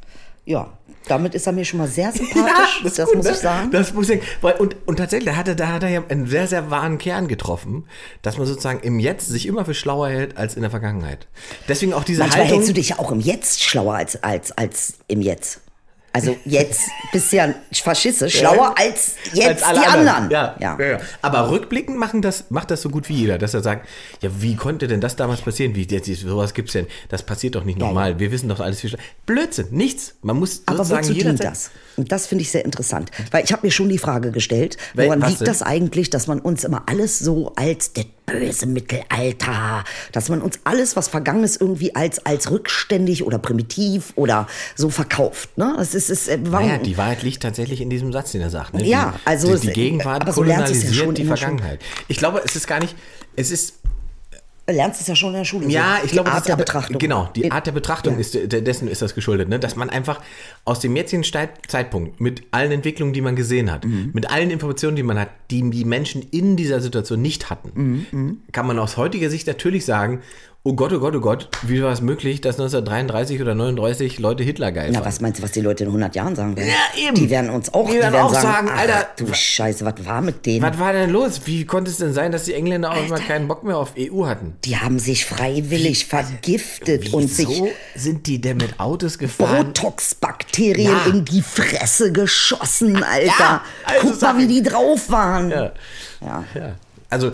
Ja, damit ist er mir schon
[LAUGHS]
mal sehr sympathisch. das
ist gut,
muss
ne?
ich sagen.
Das muss ich sagen. Weil, und, und tatsächlich, da hat, er, da hat er ja einen sehr, sehr wahren Kern getroffen, dass man sozusagen im Jetzt sich immer für schlauer hält als in der Vergangenheit. Deswegen auch diese
Manchmal
Haltung.
hältst du dich ja auch im Jetzt schlauer als, als, als im Jetzt. Also
[LAUGHS]
jetzt bist du ja ein Faschisse, schlauer als jetzt
alle
die anderen.
Ja.
Ja.
Ja. Ja. Aber rückblickend machen das, macht das so gut wie jeder, dass er sagt, ja, wie konnte denn das damals passieren? Wie jetzt sowas gibt's denn? Das passiert doch nicht normal. Wir wissen doch alles viel. schlechter. Blödsinn, nichts. Man muss
Aber
sozusagen
wozu dient
jederzeit-
das? Und das finde ich sehr interessant. Weil ich habe mir schon die Frage gestellt,
Wel-
woran
was
liegt
denn?
das eigentlich, dass man uns immer alles so als das böse Mittelalter, dass man uns alles, was vergangen ist, irgendwie als, als rückständig oder primitiv oder so verkauft. Ne? Das ist, ist äh, warum?
Naja, die Wahrheit liegt tatsächlich in diesem Satz, den er sagt. Ne?
Ja,
die,
also
die,
es-
die Gegenwart
aber so lernst du es ja
kolonialisiert
schon
die
in der Schule.
Vergangenheit. Ich glaube, es ist gar nicht. Es ist
Lernst es ja schon in der Schule. so.
ja, ich
die
glaube, das
Art
ist
der
aber-
Betrachtung.
Genau, die
In-
Art der Betrachtung
Ja.
ist de- dessen ist das geschuldet, ne? dass man einfach aus dem jetzigen Stei- Zeitpunkt mit allen Entwicklungen, die man gesehen hat,
Mhm.
mit allen Informationen, die man hat, die die Menschen in dieser Situation nicht
Mhm,
hatten, kann man aus heutiger Sicht natürlich sagen. Oh Gott, oh Gott, oh Gott, wie war es möglich, dass 1933 oder 39 Leute Hitler geil
Na,
waren?
was meinst du, was die Leute in 100 Jahren sagen werden?
Ja, eben.
Die werden uns auch,
Die werden auch sagen,
ach,
Alter,
du Scheiße, was war mit denen?
Was war denn los? Wie konnte es denn sein, dass die Engländer auch immer keinen Bock mehr auf EU hatten?
Die haben sich freiwillig
also,
vergiftet und sich
sind die denn mit Autos gefahren?
Botox-Bakterien
Ja.
in die Fresse geschossen, Alter.
also
Guck
sag
mal, wie
ich.
die drauf waren. Ja.
Also,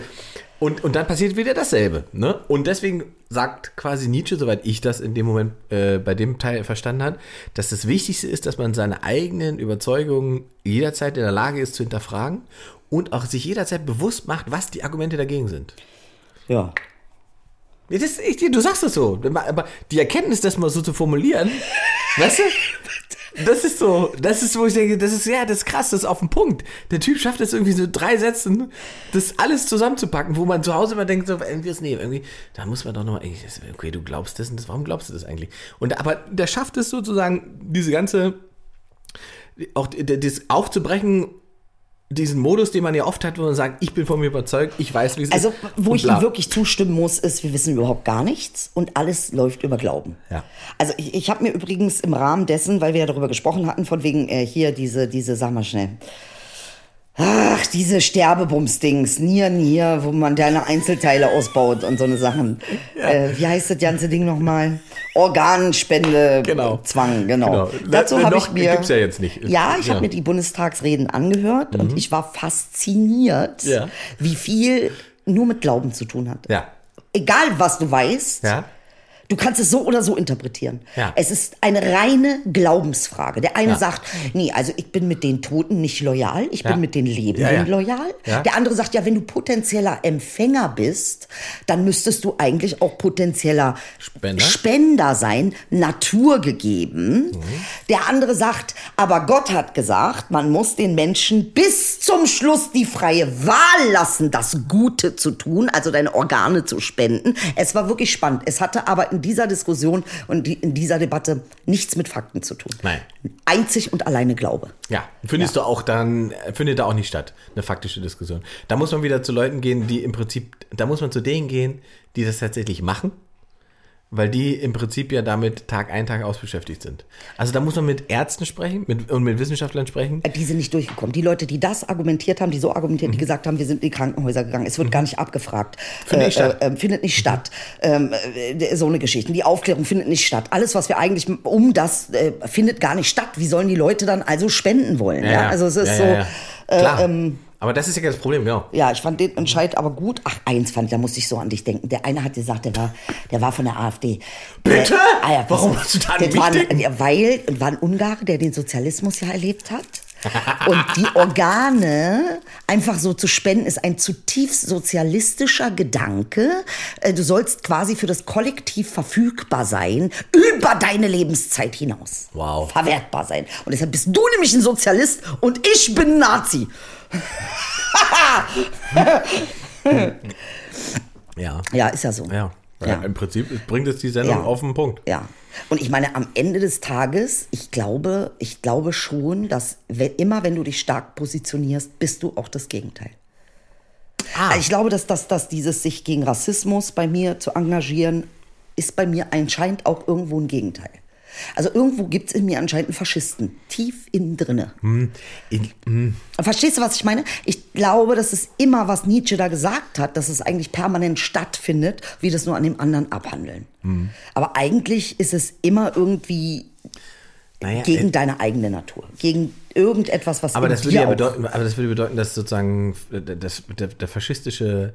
Und, und dann passiert wieder dasselbe. Ne? Und deswegen sagt quasi Nietzsche, soweit ich das in dem Moment äh, bei dem Teil verstanden habe, dass das Wichtigste ist, dass man seine eigenen Überzeugungen jederzeit in der Lage ist zu hinterfragen und auch sich jederzeit bewusst macht, was die Argumente dagegen sind.
Ja.
Ja, Das, ich, du sagst es so. Aber die Erkenntnis, das mal so zu formulieren, weißt du? Das ist so, das ist, wo ich denke, das ist, ja, das ist krass, das ist auf den Punkt. Der Typ schafft es irgendwie so drei Sätzen, das alles zusammenzupacken, wo man zu Hause immer denkt, so, irgendwie ist, nee, irgendwie, da muss man doch nochmal, okay, du glaubst das und das, warum glaubst du das eigentlich? Und, aber der schafft es sozusagen, diese ganze, auch d- d- das aufzubrechen, diesen Modus, den man ja oft hat, wo man sagt, ich bin von mir überzeugt, ich weiß, wie es
Also,
ist.
wo
und
ich
bla.
ihm wirklich zustimmen muss, ist, wir wissen überhaupt gar nichts und alles läuft über Glauben.
Ja.
Also, ich, ich habe mir übrigens im Rahmen dessen, weil wir ja darüber gesprochen hatten, von wegen äh, hier diese, diese, sag mal schnell. Ach, diese Sterbebums-Dings, Nier, Nier, wo man deine Einzelteile ausbaut und so eine Sachen. Äh, wie heißt das ganze Ding nochmal? Organspende,
Genau.
Zwang, genau.
Genau.
Dazu
Na,
habe
noch
ich mir.
gibt's ja jetzt nicht.
Ja, ich
Äh, Ja. Mhm.
habe mir die Bundestagsreden angehört und ich war fasziniert,
Ja.
wie viel nur mit Glauben zu tun hat.
Ja.
Egal, was du weißt,
Ja.
du kannst es so oder so interpretieren.
Ja.
Es ist eine reine Glaubensfrage. Der eine
Ja.
sagt, nee, also ich bin mit den Toten nicht loyal, ich
Ja.
bin mit den Lebenden
Ja, ja.
loyal.
Ja.
Der andere sagt, ja, wenn du potenzieller Empfänger bist, dann müsstest du eigentlich auch potenzieller
Spender.
Spender sein, naturgegeben. Der andere sagt, aber Gott hat gesagt, man muss den Menschen bis zum Schluss die freie Wahl lassen, das Gute zu tun, also deine Organe zu spenden. Es war wirklich spannend. Es hatte aber in dieser Diskussion und die- in dieser Debatte nichts mit Fakten zu tun.
Nein.
Einzig und alleine Glaube.
Ja, findest du auch dann, findet da auch nicht statt, eine faktische Diskussion. Da muss man wieder zu Leuten gehen, die im Prinzip, da muss man zu denen gehen, die das tatsächlich machen, weil die im Prinzip ja damit Tag ein, Tag aus beschäftigt sind. Also da muss man mit Ärzten sprechen mit, und mit Wissenschaftlern sprechen.
Äh, Die sind nicht durchgekommen. Die Leute, die das argumentiert haben, die so argumentiert, die
Mhm.
gesagt haben, wir sind in die Krankenhäuser gegangen. Es wird gar nicht abgefragt.
Findet nicht statt.
ähm, findet nicht statt. Ähm, äh, so eine Geschichte. Die Aufklärung findet nicht statt. Alles, was wir eigentlich m- um das, äh, findet gar nicht statt. Wie sollen die Leute dann also spenden wollen? Ja, Also es ist
ja,
so.
ja, ja. Klar.
Äh, ähm,
Aber das ist ja das Problem, genau.
ja, ich fand den Entscheid aber gut. Ach, eins fand ich, da musste ich so an dich denken. Der eine hat gesagt, der war, der war von der AfD.
Bitte?
Der, ah, ja, pass
Warum
auf.
hast du da an
Das
mich
war ein,
denken?
ja, Weil, und war ein Ungare, der den Sozialismus ja erlebt hat. Und die Organe einfach so zu spenden, ist ein zutiefst sozialistischer Gedanke. Äh, Du sollst quasi für das Kollektiv verfügbar sein, über deine Lebenszeit hinaus.
Wow.
Verwertbar sein. Und deshalb bist du nämlich ein Sozialist und ich bin ein Nazi.
Ja.
Ja, ist ja so.
Ja.
Ja.
Im Prinzip bringt es die Sendung
Ja.
auf den Punkt.
Ja. Und ich meine, am Ende des Tages, ich glaube, ich glaube schon, dass we- immer, wenn du dich stark positionierst, bist du auch das Gegenteil. Also Ich glaube, dass, dass, dass dieses sich gegen Rassismus bei mir zu engagieren, ist bei mir anscheinend auch irgendwo ein Gegenteil. Also irgendwo gibt es in mir anscheinend einen Faschisten, tief innen drinne.
In,
Verstehst du, was ich meine? Ich glaube, dass es immer, was Nietzsche da gesagt hat, dass es eigentlich permanent stattfindet, wie das nur an dem anderen abhandeln.
Mhm.
Aber eigentlich ist es immer irgendwie
naja,
gegen deine eigene Natur, gegen irgendetwas, was
äh, Aber
in
das
dir
würde ja
auch-
bedeuten, aber das würde bedeuten, dass sozusagen äh, das, der, der faschistische,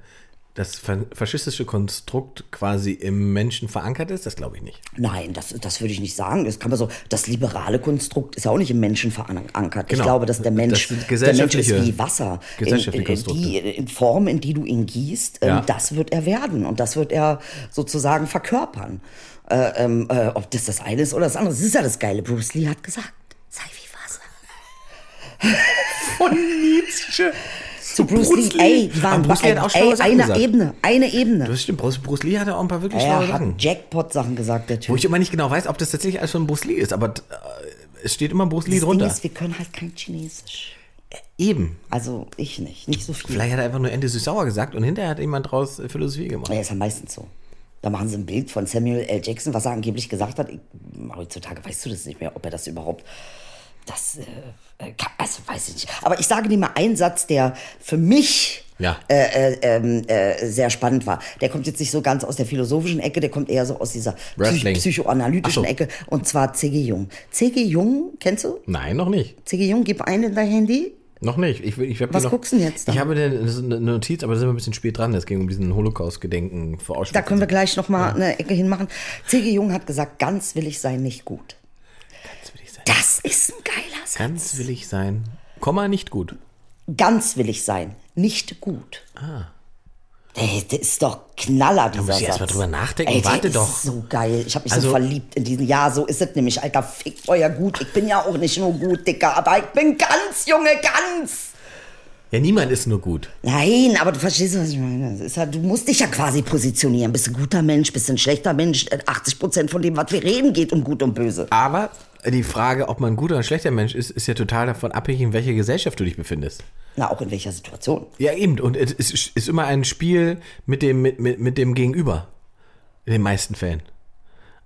das fa- faschistische Konstrukt quasi im Menschen verankert ist, das glaube ich nicht.
Nein, das, das würde ich nicht sagen. Das kann man so. Das liberale Konstrukt ist ja auch nicht im Menschen verankert.
Genau.
Ich glaube, dass der
Das
Mensch,
sind
der Mensch ist
gesellschaftliche-
wie Wasser.
gesellschaftliche
in, in, die
Konstrukte.
in Form, in die du ihn gießt, ähm,
Ja.
das wird er werden und das wird er sozusagen verkörpern. Äh, ähm, äh, ob das das eine ist oder das andere, das ist ja das Geile. Bruce Lee hat gesagt: Sei wie Wasser.
Von Nietzsche.
Zu Bruce, Lee, ey, die waren
Aber Bruce Lee hat auch
ey,
schlaue Sachen
eine
gesagt.
Ebene, eine Ebene.
Das stimmt, Bruce, Bruce Lee hatte auch ein paar wirklich schlaue
Er hat
Sachen.
Jackpot-Sachen gesagt, der Typ.
Wo ich immer nicht genau weiß, ob das tatsächlich alles von Bruce Lee ist, aber äh, es steht immer Bruce Lee
das Ding
drunter.
ist, wir können halt kein Chinesisch.
Eben.
Also ich nicht, nicht so viel.
Vielleicht hat er einfach nur Ende Sauer gesagt und hinterher hat jemand draus äh, Philosophie gemacht.
Ja, ist ja meistens so. Da machen sie ein Bild von Samuel L. Jackson, was er angeblich gesagt hat. Ich, heutzutage weißt du das nicht mehr, ob er das überhaupt. Das. Äh, äh, kann- also weiß ich nicht. Aber ich sage dir mal einen Satz, der für mich.
Ja.
Äh, äh, ähm, äh, sehr spannend war. Der kommt jetzt nicht so ganz aus der philosophischen Ecke, der kommt eher so aus dieser psych
Wrestling.
psychoanalytischen
Ach so.
Ecke. Und zwar C.G. Jung. C.G. Jung, kennst du?
Nein, noch nicht.
C.G. Jung, gib ein in dein Handy.
Noch nicht. Ich, will- ich hab die
Was
noch,
guckst du denn jetzt dann?
Ich habe denn- das ist eine Notiz, aber da sind wir ein bisschen spät dran. Es ging um diesen Holocaust-Gedenken für Auschwitz.
Da können wir gleich noch mal eine Ecke hinmachen. C.G. Jung hat gesagt, ganz willig sein nicht gut.
Ganz willig sein.
Das ist ein geiler Satz.
Ganz willig sein. Komma nicht gut.
Ganz willig sein, nicht gut. Ah. Ey, das ist doch Knaller, dieser
muss ich erst
Satz.
mal drüber nachdenken.
der
Warte
ist
doch.
so geil. Ich habe mich
Also-
so verliebt in diesen. Ja, so ist es nämlich. Alter, fickt euer Gut. Ich bin ja auch nicht nur gut, Dicker, aber ich bin ganz, Junge, ganz.
Ja, niemand ist nur gut.
Nein, aber du verstehst, was ich meine. Das ist ja, du musst dich ja quasi positionieren. Bist du ein guter Mensch, bist du ein schlechter Mensch. 80 Prozent von dem, was wir reden, geht um Gut und Böse.
Aber die Frage, ob man ein guter oder ein schlechter Mensch ist, ist ja total davon abhängig, in welcher Gesellschaft du dich befindest.
Na, auch in welcher Situation.
Ja, eben. Und es ist, ist immer ein Spiel mit dem, mit, mit, mit dem Gegenüber. In den meisten Fällen.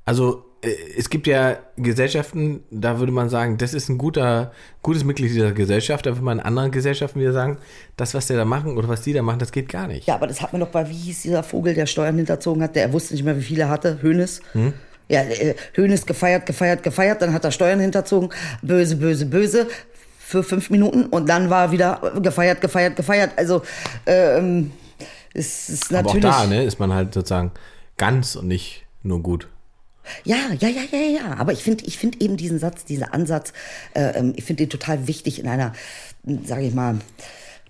Also, äh, es gibt ja Gesellschaften, da würde man sagen, das ist ein guter, gutes Mitglied dieser Gesellschaft. Da würde man in anderen Gesellschaften wieder sagen, das, was der da machen oder was die da machen, das geht gar nicht.
Ja, aber das hat man doch bei, wie hieß dieser Vogel, der Steuern hinterzogen hat, der er wusste nicht mehr, wie viele er hatte, Hönes.
Hm?
Ja, Hönes gefeiert, gefeiert, gefeiert, dann hat er Steuern hinterzogen, böse, böse, böse, für fünf Minuten und dann war er wieder gefeiert, gefeiert, gefeiert. Also, ähm, es ist
Aber auch
natürlich.
da ne, ist man halt sozusagen ganz und nicht nur gut.
Ja, ja, ja, ja, ja. Aber ich finde ich find eben diesen Satz, diesen Ansatz, äh, ähm, ich finde den total wichtig in einer, sage ich mal,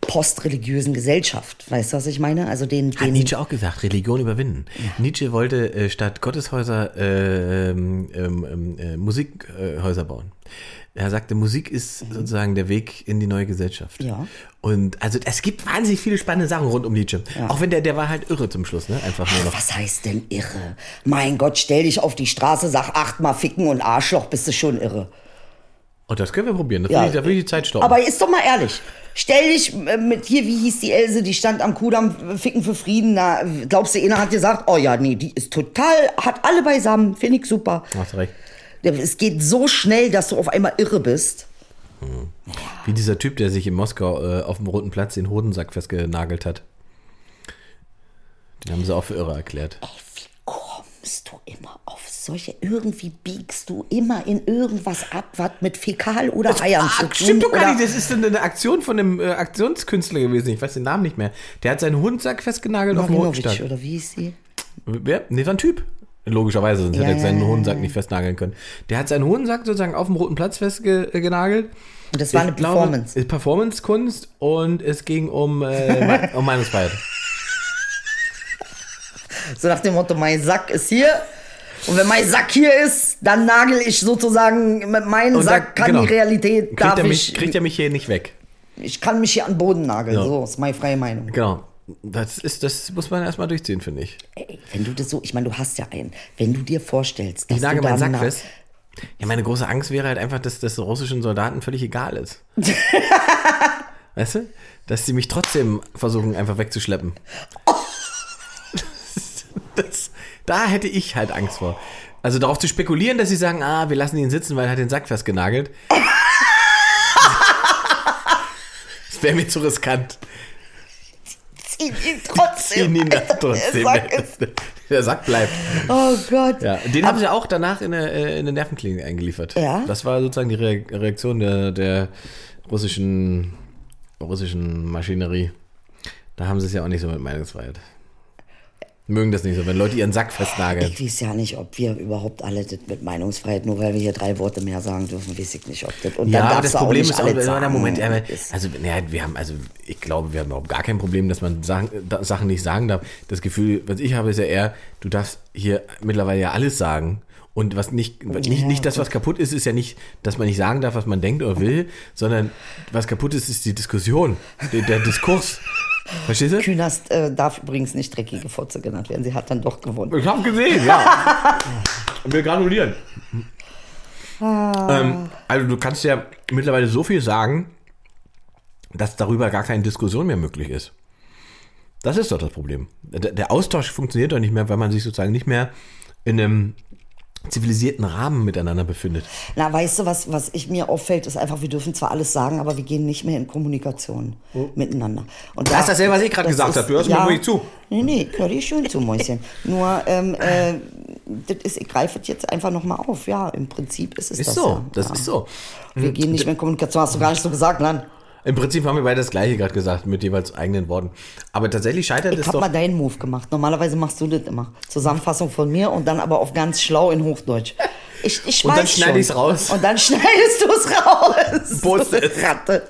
postreligiösen Gesellschaft. Weißt du, was ich meine? Also den,
Hat
den
Nietzsche auch gesagt, Religion überwinden. Nietzsche wollte äh, statt Gotteshäuser äh, ähm, ähm, äh, Musikhäuser bauen. Er sagte, Musik ist sozusagen der Weg in die neue Gesellschaft.
Ja.
Und also es gibt wahnsinnig viele spannende Sachen rund um Nietzsche. Auch wenn der, der war halt irre zum Schluss, ne? Einfach nur [LAUGHS] noch.
Was heißt denn irre? Mein Gott, stell dich auf die Straße, sag achtmal ficken und Arschloch, bist du schon irre.
Und das können wir probieren. Das
Ja.
will ich, da will ich die Zeit stoppen.
Aber ist doch mal ehrlich. Stell dich äh, mit hier, wie hieß die Else, die stand am Kudamm, äh, Ficken für Frieden. Na, glaubst du, einer hat gesagt, oh ja, nee, die ist total, hat alle beisammen, finde ich super.
Hast recht.
Es geht so schnell, dass du auf einmal irre bist.
Wie dieser Typ, der sich in Moskau äh, auf dem Roten Platz den Hodensack festgenagelt hat. Den haben sie auch für irre erklärt.
kommst du immer auf solche, irgendwie biegst du immer in irgendwas ab, was mit Fäkal oder Eiern zu tun
Stimmt doch gar
Ah, oder-
nicht, das ist eine Aktion von einem äh, Aktionskünstler gewesen, ich weiß den Namen nicht mehr. Der hat seinen Hundsack festgenagelt auf dem
Marinovic,
Rückstand.
oder wie hieß sie?
Wer? Nee, war ein Typ. Logischerweise, sonst
Ja,
hätte er
ja,
seinen
ja,
Hundensack nicht festnageln können. Der hat seinen Hundensack sozusagen auf dem roten Platz festgenagelt.
Und das war eine Performance.
Glaube, äh, Performance-Kunst und es ging um, äh,
[LAUGHS]
Ma- um Meinungsfreiheit.
So nach dem Motto, mein Sack ist hier. Und wenn mein Sack hier ist, dann nagel ich sozusagen mit meinem
Und
Sack,
da-
kann
genau.
die Realität,
Kriegt
darf
er, mich,
ich,
kriegt er mich hier nicht weg.
ich kann mich hier an den Boden nageln.
Ja.
So ist meine freie Meinung.
Genau. Das, ist, das muss man erstmal durchziehen, finde ich.
Ey, wenn du das so, ich meine, du hast ja einen. Wenn du dir vorstellst, dass
Ich nagel
du da
meinen Sack
na-
fest. Ja, meine große Angst wäre halt einfach, dass das den russischen Soldaten völlig egal
[LAUGHS]
ist. weißt du? Dass sie mich trotzdem versuchen, einfach
[LAUGHS]
wegzuschleppen. das, da hätte ich halt Angst vor. Also darauf zu spekulieren, dass sie sagen, ah, wir lassen ihn sitzen, weil er hat den Sack
[LAUGHS]
festgenagelt. das wäre mir zu riskant.
Zieh ihn trotzdem.
Ziehen ihn dann
[LAUGHS] Alter, der
trotzdem.
Sack ist-
Der Sack bleibt.
Oh Gott.
Ja, den haben sie auch danach in eine, äh, in eine Nervenklinik eingeliefert.
Ja?
Das war sozusagen die Re Reaktion der, der russischen, russischen Maschinerie. Da haben sie es ja auch nicht so mit Meinungsfreiheit. Mögen das nicht so, wenn Leute ihren Sack festnageln.
Ich weiß ja nicht, ob wir überhaupt alle das mit Meinungsfreiheit, nur weil wir hier drei Worte mehr sagen dürfen, weiß ich nicht, ob das. Und
Ja,
dann
aber
darfst
das
du auch
Problem
nicht
ist auch,
alles
äh,
sagen.
Moment, äh,
Ist-
also, naja, wir haben, also, ich glaube, wir haben überhaupt gar kein Problem, dass man Sachen, da- Sachen nicht sagen darf. Das Gefühl, was ich habe, ist ja eher, du darfst hier mittlerweile ja alles sagen. Und was nicht, nicht, nicht das, was kaputt ist, ist ja nicht, dass man nicht sagen darf, was man denkt oder will, sondern was kaputt ist, ist die Diskussion, der, der Diskurs. Verstehst du?
Künast äh, darf übrigens nicht dreckige Fotze genannt werden. Sie hat dann doch gewonnen.
Ich hab gesehen, ja. Und [LAUGHS] wir gratulieren. Ähm, also du kannst ja mittlerweile so viel sagen, dass darüber gar keine Diskussion mehr möglich ist. Das ist doch das Problem. Der, der Austausch funktioniert doch nicht mehr, weil man sich sozusagen nicht mehr in einem zivilisierten Rahmen miteinander befindet.
Na, weißt du, was, was ich mir auffällt, ist einfach, wir dürfen zwar alles sagen, aber wir gehen nicht mehr in Kommunikation miteinander. Und
Oh. Das ist dasselbe, was ich gerade
das
gesagt
ist-
habe. Du hörst mir ruhig zu.
Nee, nee, ich höre dir schön
[LAUGHS]
zu, Mäuschen. Nur, ähm, äh, das ist, ich greife das jetzt einfach nochmal auf. Ja, im Prinzip ist es
Ist
das
so,
ja.
das Hm.
ja.
ist so.
Wir gehen nicht mehr in Kommunikation, hast du gar nicht so gesagt, nein.
Im Prinzip haben wir beide das Gleiche gerade gesagt, mit jeweils eigenen Worten. Aber tatsächlich scheitert
Ich
es
habe
doch.
mal deinen Move gemacht. Normalerweise machst du das immer. Zusammenfassung von mir und dann aber auf ganz schlau in Hochdeutsch. Ich, ich
Und dann
weiß
schneide
schon.
ich's raus.
Und dann [LAUGHS] schneidest du es
[LAUGHS]
raus.
Bus ist-
Ratte.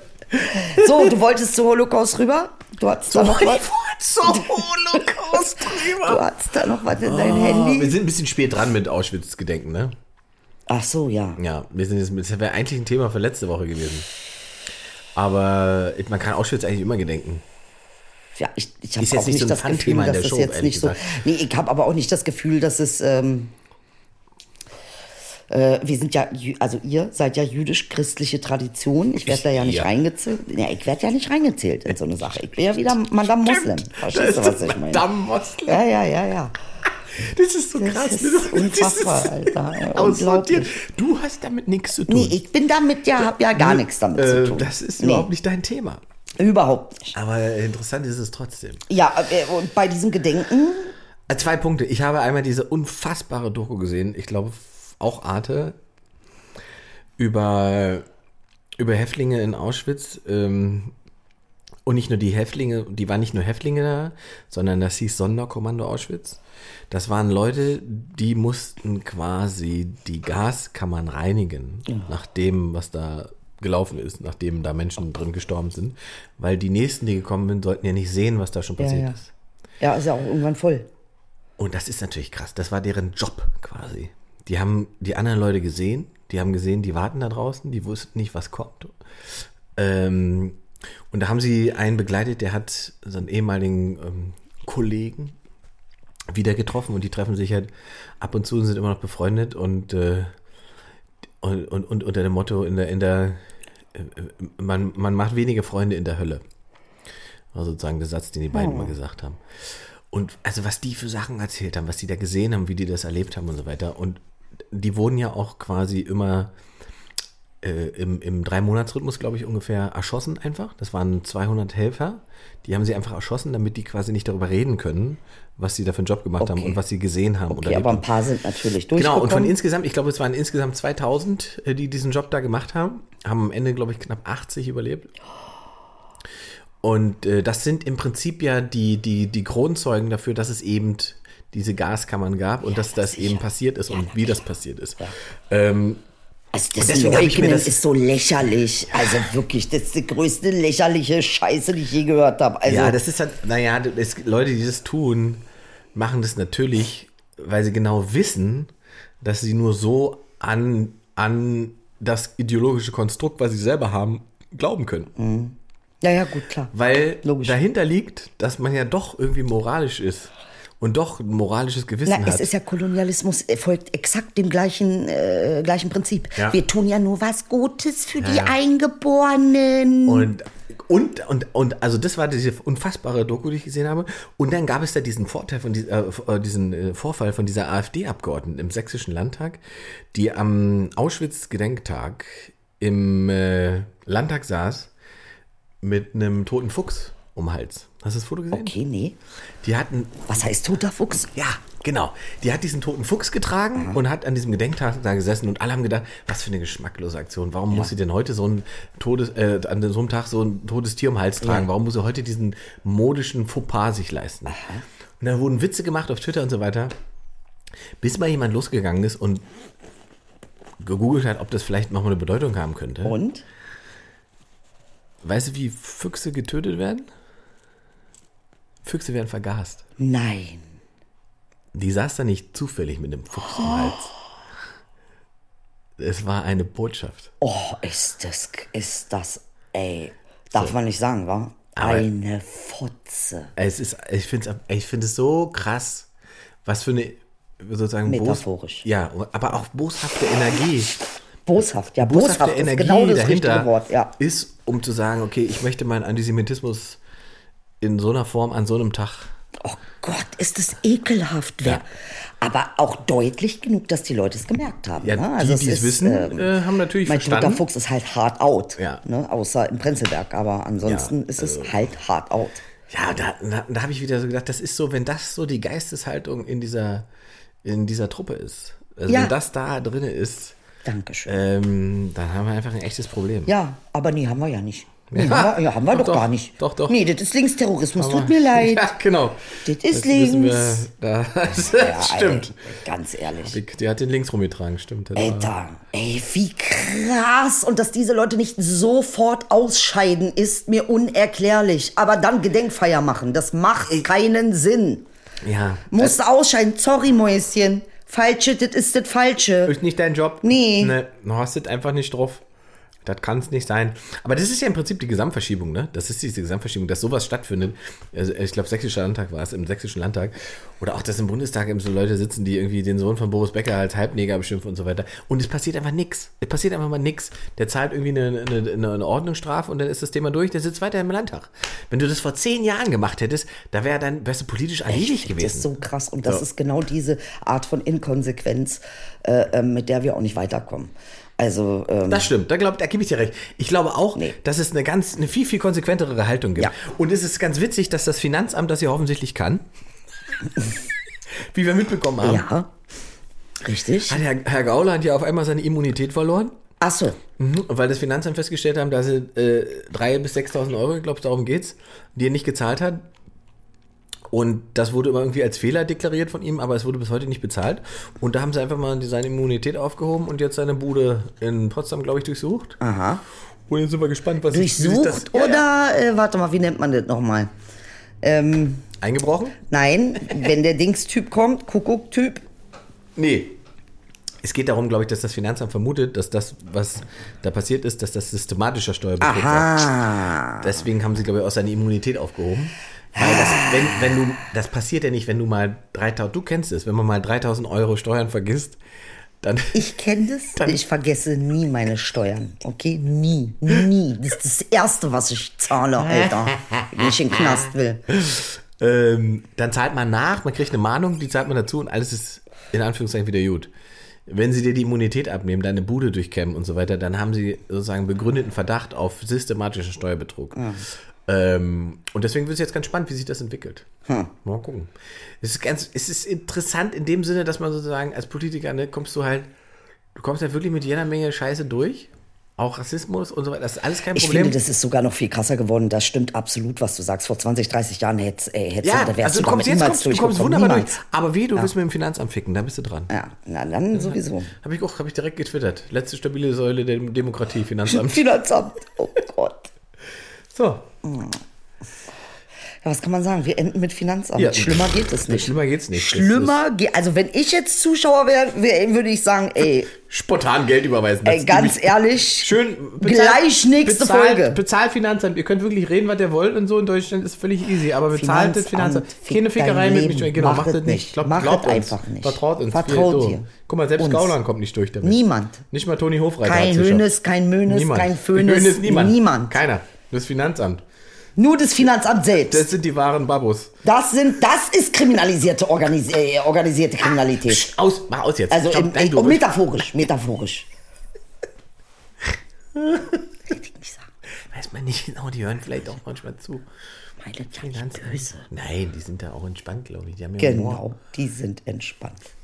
So, du wolltest zu Holocaust rüber? Du hattest da noch was?
so
[LAUGHS]
Holocaust
Du
drüber.
hattest da noch was in dein
Oh, wir
Handy?
sind ein bisschen spät dran mit Auschwitz-Gedenken, ne?
Ach so, ja.
Ja, wir sind jetzt, das wäre eigentlich ein Thema für letzte Woche gewesen. Aber man kann Auschwitz eigentlich immer gedenken.
Ja, ich, ich habe
Ist jetzt
auch
nicht
nicht
so ein
das Gefühl,
Fun-Thema in
dass
der
das
Show,
jetzt
ehrlich
nicht so.
gesagt.
Nee, ich habe aber auch nicht das Gefühl, dass es. Ähm, äh, wir sind ja, jü- also ihr seid ja jüdisch-christliche Tradition. Ich werde da ja nicht
ja.
reingezählt. Ja, ich werde ja nicht reingezählt in so eine Sache. Ich bin ja wieder Madame Moslem. Verstehst du, was ich meine?
Madame Moslem.
Ja, ja, ja, ja.
Das ist so
Das
krass.
ist
ne? Das
unfassbar,
ist [LAUGHS]
Alter.
Aussortiert. Du hast damit nichts zu tun.
Nee, ich bin damit ja, habe ja gar nichts damit zu
Äh,
tun.
Das ist
Nee,
überhaupt nicht dein Thema.
Überhaupt nicht.
Aber interessant ist es trotzdem.
Ja, äh, und bei diesem Gedenken,
Äh, Zwei Punkte. Ich habe einmal diese unfassbare Doku gesehen, ich glaube f- auch Arte, über, über Häftlinge in Auschwitz. Ähm, und nicht nur die Häftlinge, die waren nicht nur Häftlinge da, sondern das hieß Sonderkommando Auschwitz. Das waren Leute, die mussten quasi die Gaskammern reinigen, nach dem, was da gelaufen ist, nachdem da Menschen drin gestorben sind. Weil die Nächsten, die gekommen sind, sollten ja nicht sehen, was da schon passiert
ja.
ist.
ja, ist ja auch irgendwann voll.
Und das ist natürlich krass. Das war deren Job quasi. Die haben die anderen Leute gesehen. Die haben gesehen, die warten da draußen. Die wussten nicht, was kommt. Ähm, und da haben sie einen begleitet, der hat so einen ehemaligen ähm, Kollegen wieder getroffen. Und die treffen sich halt ab und zu und sind immer noch befreundet. Und, äh, und, und, und unter dem Motto, in der, in der, äh, man, man macht wenige Freunde in der Hölle. War sozusagen der Satz, den die beiden
Oh.
mal gesagt haben. Und also was die für Sachen erzählt haben, was die da gesehen haben, wie die das erlebt haben und so weiter. Und die wurden ja auch quasi immer äh, im, im Drei-Monats-Rhythmus, glaube ich, ungefähr erschossen einfach. Das waren 200 Helfer. Die haben sie einfach erschossen, damit die quasi nicht darüber reden können, was sie da für einen Job gemacht haben
Okay.
und was sie gesehen haben. und
Okay,
erlebt
aber
haben.
ein paar sind natürlich
Genau,
durchgekommen.
und von insgesamt, ich glaube, es waren insgesamt 2000, äh, die diesen Job da gemacht haben. Haben am Ende, glaube ich, knapp 80 überlebt. Und äh, das sind im Prinzip ja die, die, die Kronzeugen dafür, dass es eben diese Gaskammern gab und dass das eben passiert ist und wie das passiert ist. Ähm,
Also das
Deswegen hab ich mir
Leugnen
das-
ist so lächerlich. Also wirklich, das ist die größte lächerliche Scheiße, die ich je gehört habe. Also,
ja, das ist halt, naja, das, Leute, die das tun, machen das natürlich, weil sie genau wissen, dass sie nur so an, an das ideologische Konstrukt, was sie selber haben, glauben können.
ja, ja, gut, klar.
Weil
Logisch.
dahinter liegt, dass man ja doch irgendwie moralisch ist und doch ein moralisches Gewissen
Na,
hat.
es ist ja Kolonialismus, äh, folgt exakt dem gleichen, äh, gleichen Prinzip.
Ja.
Wir tun ja nur was Gutes für die
ja.
Eingeborenen.
und, und, und, und, also das war diese unfassbare Doku, die ich gesehen habe. Und dann gab es da diesen Vorteil von dieser, äh, diesen äh, Vorfall von dieser AfD-Abgeordneten im Sächsischen Landtag, die am Auschwitz-Gedenktag im äh, Landtag saß mit einem toten Fuchs um den Hals. Hast du das Foto gesehen?
okay, nee.
Die hatten
Was heißt toter Fuchs?
Ja, genau. Die hat diesen toten Fuchs getragen und hat an diesem Gedenktag da gesessen und alle haben gedacht, was für eine geschmacklose Aktion. Warum muss sie denn heute so ein todes, äh, an so einem Tag so ein totes Tier um den Hals tragen? Warum muss sie heute diesen modischen Fauxpas sich leisten? Und da wurden Witze gemacht auf Twitter und so weiter, bis mal jemand losgegangen ist und gegoogelt hat, ob das vielleicht nochmal eine Bedeutung haben könnte.
Und?
Weißt du, wie Füchse getötet werden? Füchse werden vergast.
Nein.
Die saß da nicht zufällig mit einem Fuchs im Hals. Es war eine Botschaft.
Oh, ist das, ist das, ey. Darf man nicht sagen, wa?
Aber-
Eine Fotze.
Es ist, ich finde es ich find es so krass, was für eine sozusagen bos-
Metaphorisch.
ja, aber auch boshafte Energie.
Boshaft, ja,
Boshafte
boshaft, ist
Energie
genau das
dahinter
richtige Wort, ja.
ist, um zu sagen, okay, ich möchte meinen Antisemitismus in so einer Form an so einem Tag.
Oh Gott, ist das ekelhaft.
Ja.
Ja. Aber auch deutlich genug, dass die Leute es gemerkt haben.
Ja,
ne?
die, die es
ist,
wissen,
ähm,
äh, haben natürlich
mein toter
verstanden.
Fuchs ist halt hard out.
Ja.
Ne? Außer im Prenzlberg. Aber ansonsten
Ja, also
ist es halt hard out.
Ja, da, da, da habe ich wieder so gedacht, das ist so, wenn das so die Geisteshaltung in dieser, in dieser Truppe ist, also
Ja.
wenn das da drin ist,
Dankeschön.
Äh. ähm, dann haben wir einfach ein echtes Problem.
Ja, aber nee, haben wir ja nicht. Nee, haben wir, ja, haben wir doch,
doch,
gar nicht.
doch, doch.
Nee, das ist Linksterrorismus. Tut mir leid.
[LAUGHS] Ja, genau.
Das ist
wissen
links.
Wir, [LAUGHS] das
Ja,
stimmt.
Ey, ganz ehrlich.
Die, die hat den links rumgetragen, stimmt. Das war-
Alter, ey, wie krass. Und dass diese Leute nicht sofort ausscheiden, ist mir unerklärlich. Aber dann Gedenkfeier machen, das macht keinen Sinn.
Ja.
Musst ausscheiden. Sorry, Mäuschen. Falsche, das ist das Falsche.
Ist nicht dein Job.
Nee.
nee. Du hast es einfach nicht drauf. Das kann es nicht sein. Aber das ist ja im Prinzip die Gesamtverschiebung, ne? Das ist diese Gesamtverschiebung, dass sowas stattfindet. Also ich glaube, Sächsischer Landtag war es, im Sächsischen Landtag. Oder auch, dass im Bundestag eben so Leute sitzen, die irgendwie den Sohn von Boris Becker als Halbneger beschimpfen und so weiter. Und es passiert einfach nichts. Es passiert einfach mal nichts. Der zahlt irgendwie eine, eine, eine, eine Ordnungsstrafe und dann ist das Thema durch. Der sitzt weiter im Landtag. Wenn du das vor zehn Jahren gemacht hättest, da wäre dann, wärst du politisch erledigt gewesen.
Das ist so krass. Und das ist genau diese Art von Inkonsequenz, äh, ähm, mit der wir auch nicht weiterkommen. Also, ähm,
Das stimmt, da, glaub, da gebe ich dir recht. Ich glaube auch,
Nee.
dass es eine ganz, eine viel, viel konsequentere Haltung gibt.
Ja.
Und es ist ganz witzig, dass das Finanzamt das ja offensichtlich
[LAUGHS]
kann. Wie wir mitbekommen haben.
ja. Richtig.
Hat Herr, Herr Gauland hat ja auf einmal seine Immunität verloren,
Achso,
mhm. weil das Finanzamt festgestellt haben, dass er äh, 3.000 bis 6.000 Euro, ich glaube, darum geht's, die er nicht gezahlt hat. Und das wurde immer irgendwie als Fehler deklariert von ihm, aber es wurde bis heute nicht bezahlt. Und da haben sie einfach mal die- seine Immunität aufgehoben und jetzt seine Bude in Potsdam, glaube ich, durchsucht.
aha.
Und jetzt sind wir gespannt, was sich- wie sich
Durchsucht
das-
oder, Äh, warte mal, wie nennt man das nochmal? Ähm,
Eingebrochen?
nein, wenn der Dings-Typ kommt, Kuckuck-Typ,
Nee. Es geht darum, glaube ich, dass das Finanzamt vermutet, dass das, was da passiert ist, dass das systematischer Steuerbetrug war. Deswegen haben sie, glaube ich, auch seine Immunität aufgehoben. Weil das, wenn, wenn du, das passiert ja nicht, wenn du mal 3000, du kennst es, wenn man mal 3000 Euro Steuern vergisst, dann,
Ich kenne das. ich vergesse nie meine Steuern. Okay? Nie. Nie. Das ist das Erste, was ich zahle, Alter. Wenn ich in den Knast will.
ähm, dann zahlt man nach, man kriegt eine Mahnung, die zahlt man dazu und alles ist in Anführungszeichen wieder gut. Wenn sie dir die Immunität abnehmen, deine Bude durchkämmen und so weiter, dann haben sie sozusagen begründeten Verdacht auf systematischen Steuerbetrug. Ähm, und deswegen wird es jetzt ganz spannend, wie sich das entwickelt.
Hm.
Mal gucken. Es ist, ganz, es ist interessant in dem Sinne, dass man sozusagen als Politiker, ne, kommst du halt, du kommst halt wirklich mit jeder Menge Scheiße durch. Auch Rassismus und so weiter. Das ist alles kein
Ich
Problem.
finde, das ist sogar noch viel krasser geworden. Das stimmt absolut, was du sagst. Vor 20, 30 Jahren hättest äh, hätt's,
ja,
da wärst
also du
du damit
kommst jetzt
niemals
kommst, du kommst
durchgekommen.
wunderbar
niemals.
durch. Aber weh, du willst mit dem Finanzamt ficken, da bist du dran.
Ja, na dann sowieso.
Habe ich auch, habe ich direkt getwittert. Letzte stabile Säule der Demokratie, Finanzamt.
[LAUGHS] Finanzamt. Oh Gott.
So.
Ja, was kann man sagen? Wir enden mit Finanzamt.
Ja.
Schlimmer geht es nicht.
Schlimmer geht's nicht.
Schlimmer geht. Also, wenn ich jetzt Zuschauer wäre, wär, würde ich sagen, ey,
Das ist Spontan Geld überweisen. das
ey
ist
ganz
nämlich-
ehrlich.
Also Schön.
Gleich nächste
bezahlt,
Folge.
Bezahlt Finanzamt. Ihr könnt wirklich reden, was ihr wollt und so. In Deutschland ist völlig easy. Aber bezahlt das
Finanzamt,
Finanzamt.
fick
Keine Fickerei
dein
mit
Leben.
mich. Genau,
Macht
macht
es
das
nicht.
nicht. Glaubt,
Macht
glaubt
es
uns.
einfach nicht.
Vertraut uns.
Vertraut
Wir- so.
dir.
Guck mal, selbst
Uns.
Gauland kommt nicht durch damit.
Niemand.
Nicht mal Toni Hofreiter.
Kein
hat's geschafft.
Hönes, kein Möhnes,
Niemand.
kein Föhnes,
Hönes, niemand.
niemand.
Keiner. Das Finanzamt.
Nur das Finanzamt selbst.
Das sind die wahren Babos.
Das sind, das ist kriminalisierte, organis äh, organisierte Kriminalität.
Aus, mach aus jetzt.
Also
Ah, Stopp,
im,
nein,
äh,
du-
oh, metaphorisch, metaphorisch. Richtig nicht sagen.
Weiß man nicht genau, die hören vielleicht auch manchmal zu.
Meine
Finanzamt.
Böse.
Nein, die sind da auch entspannt, glaube ich. Die haben ja Humor.
Genau, die sind entspannt.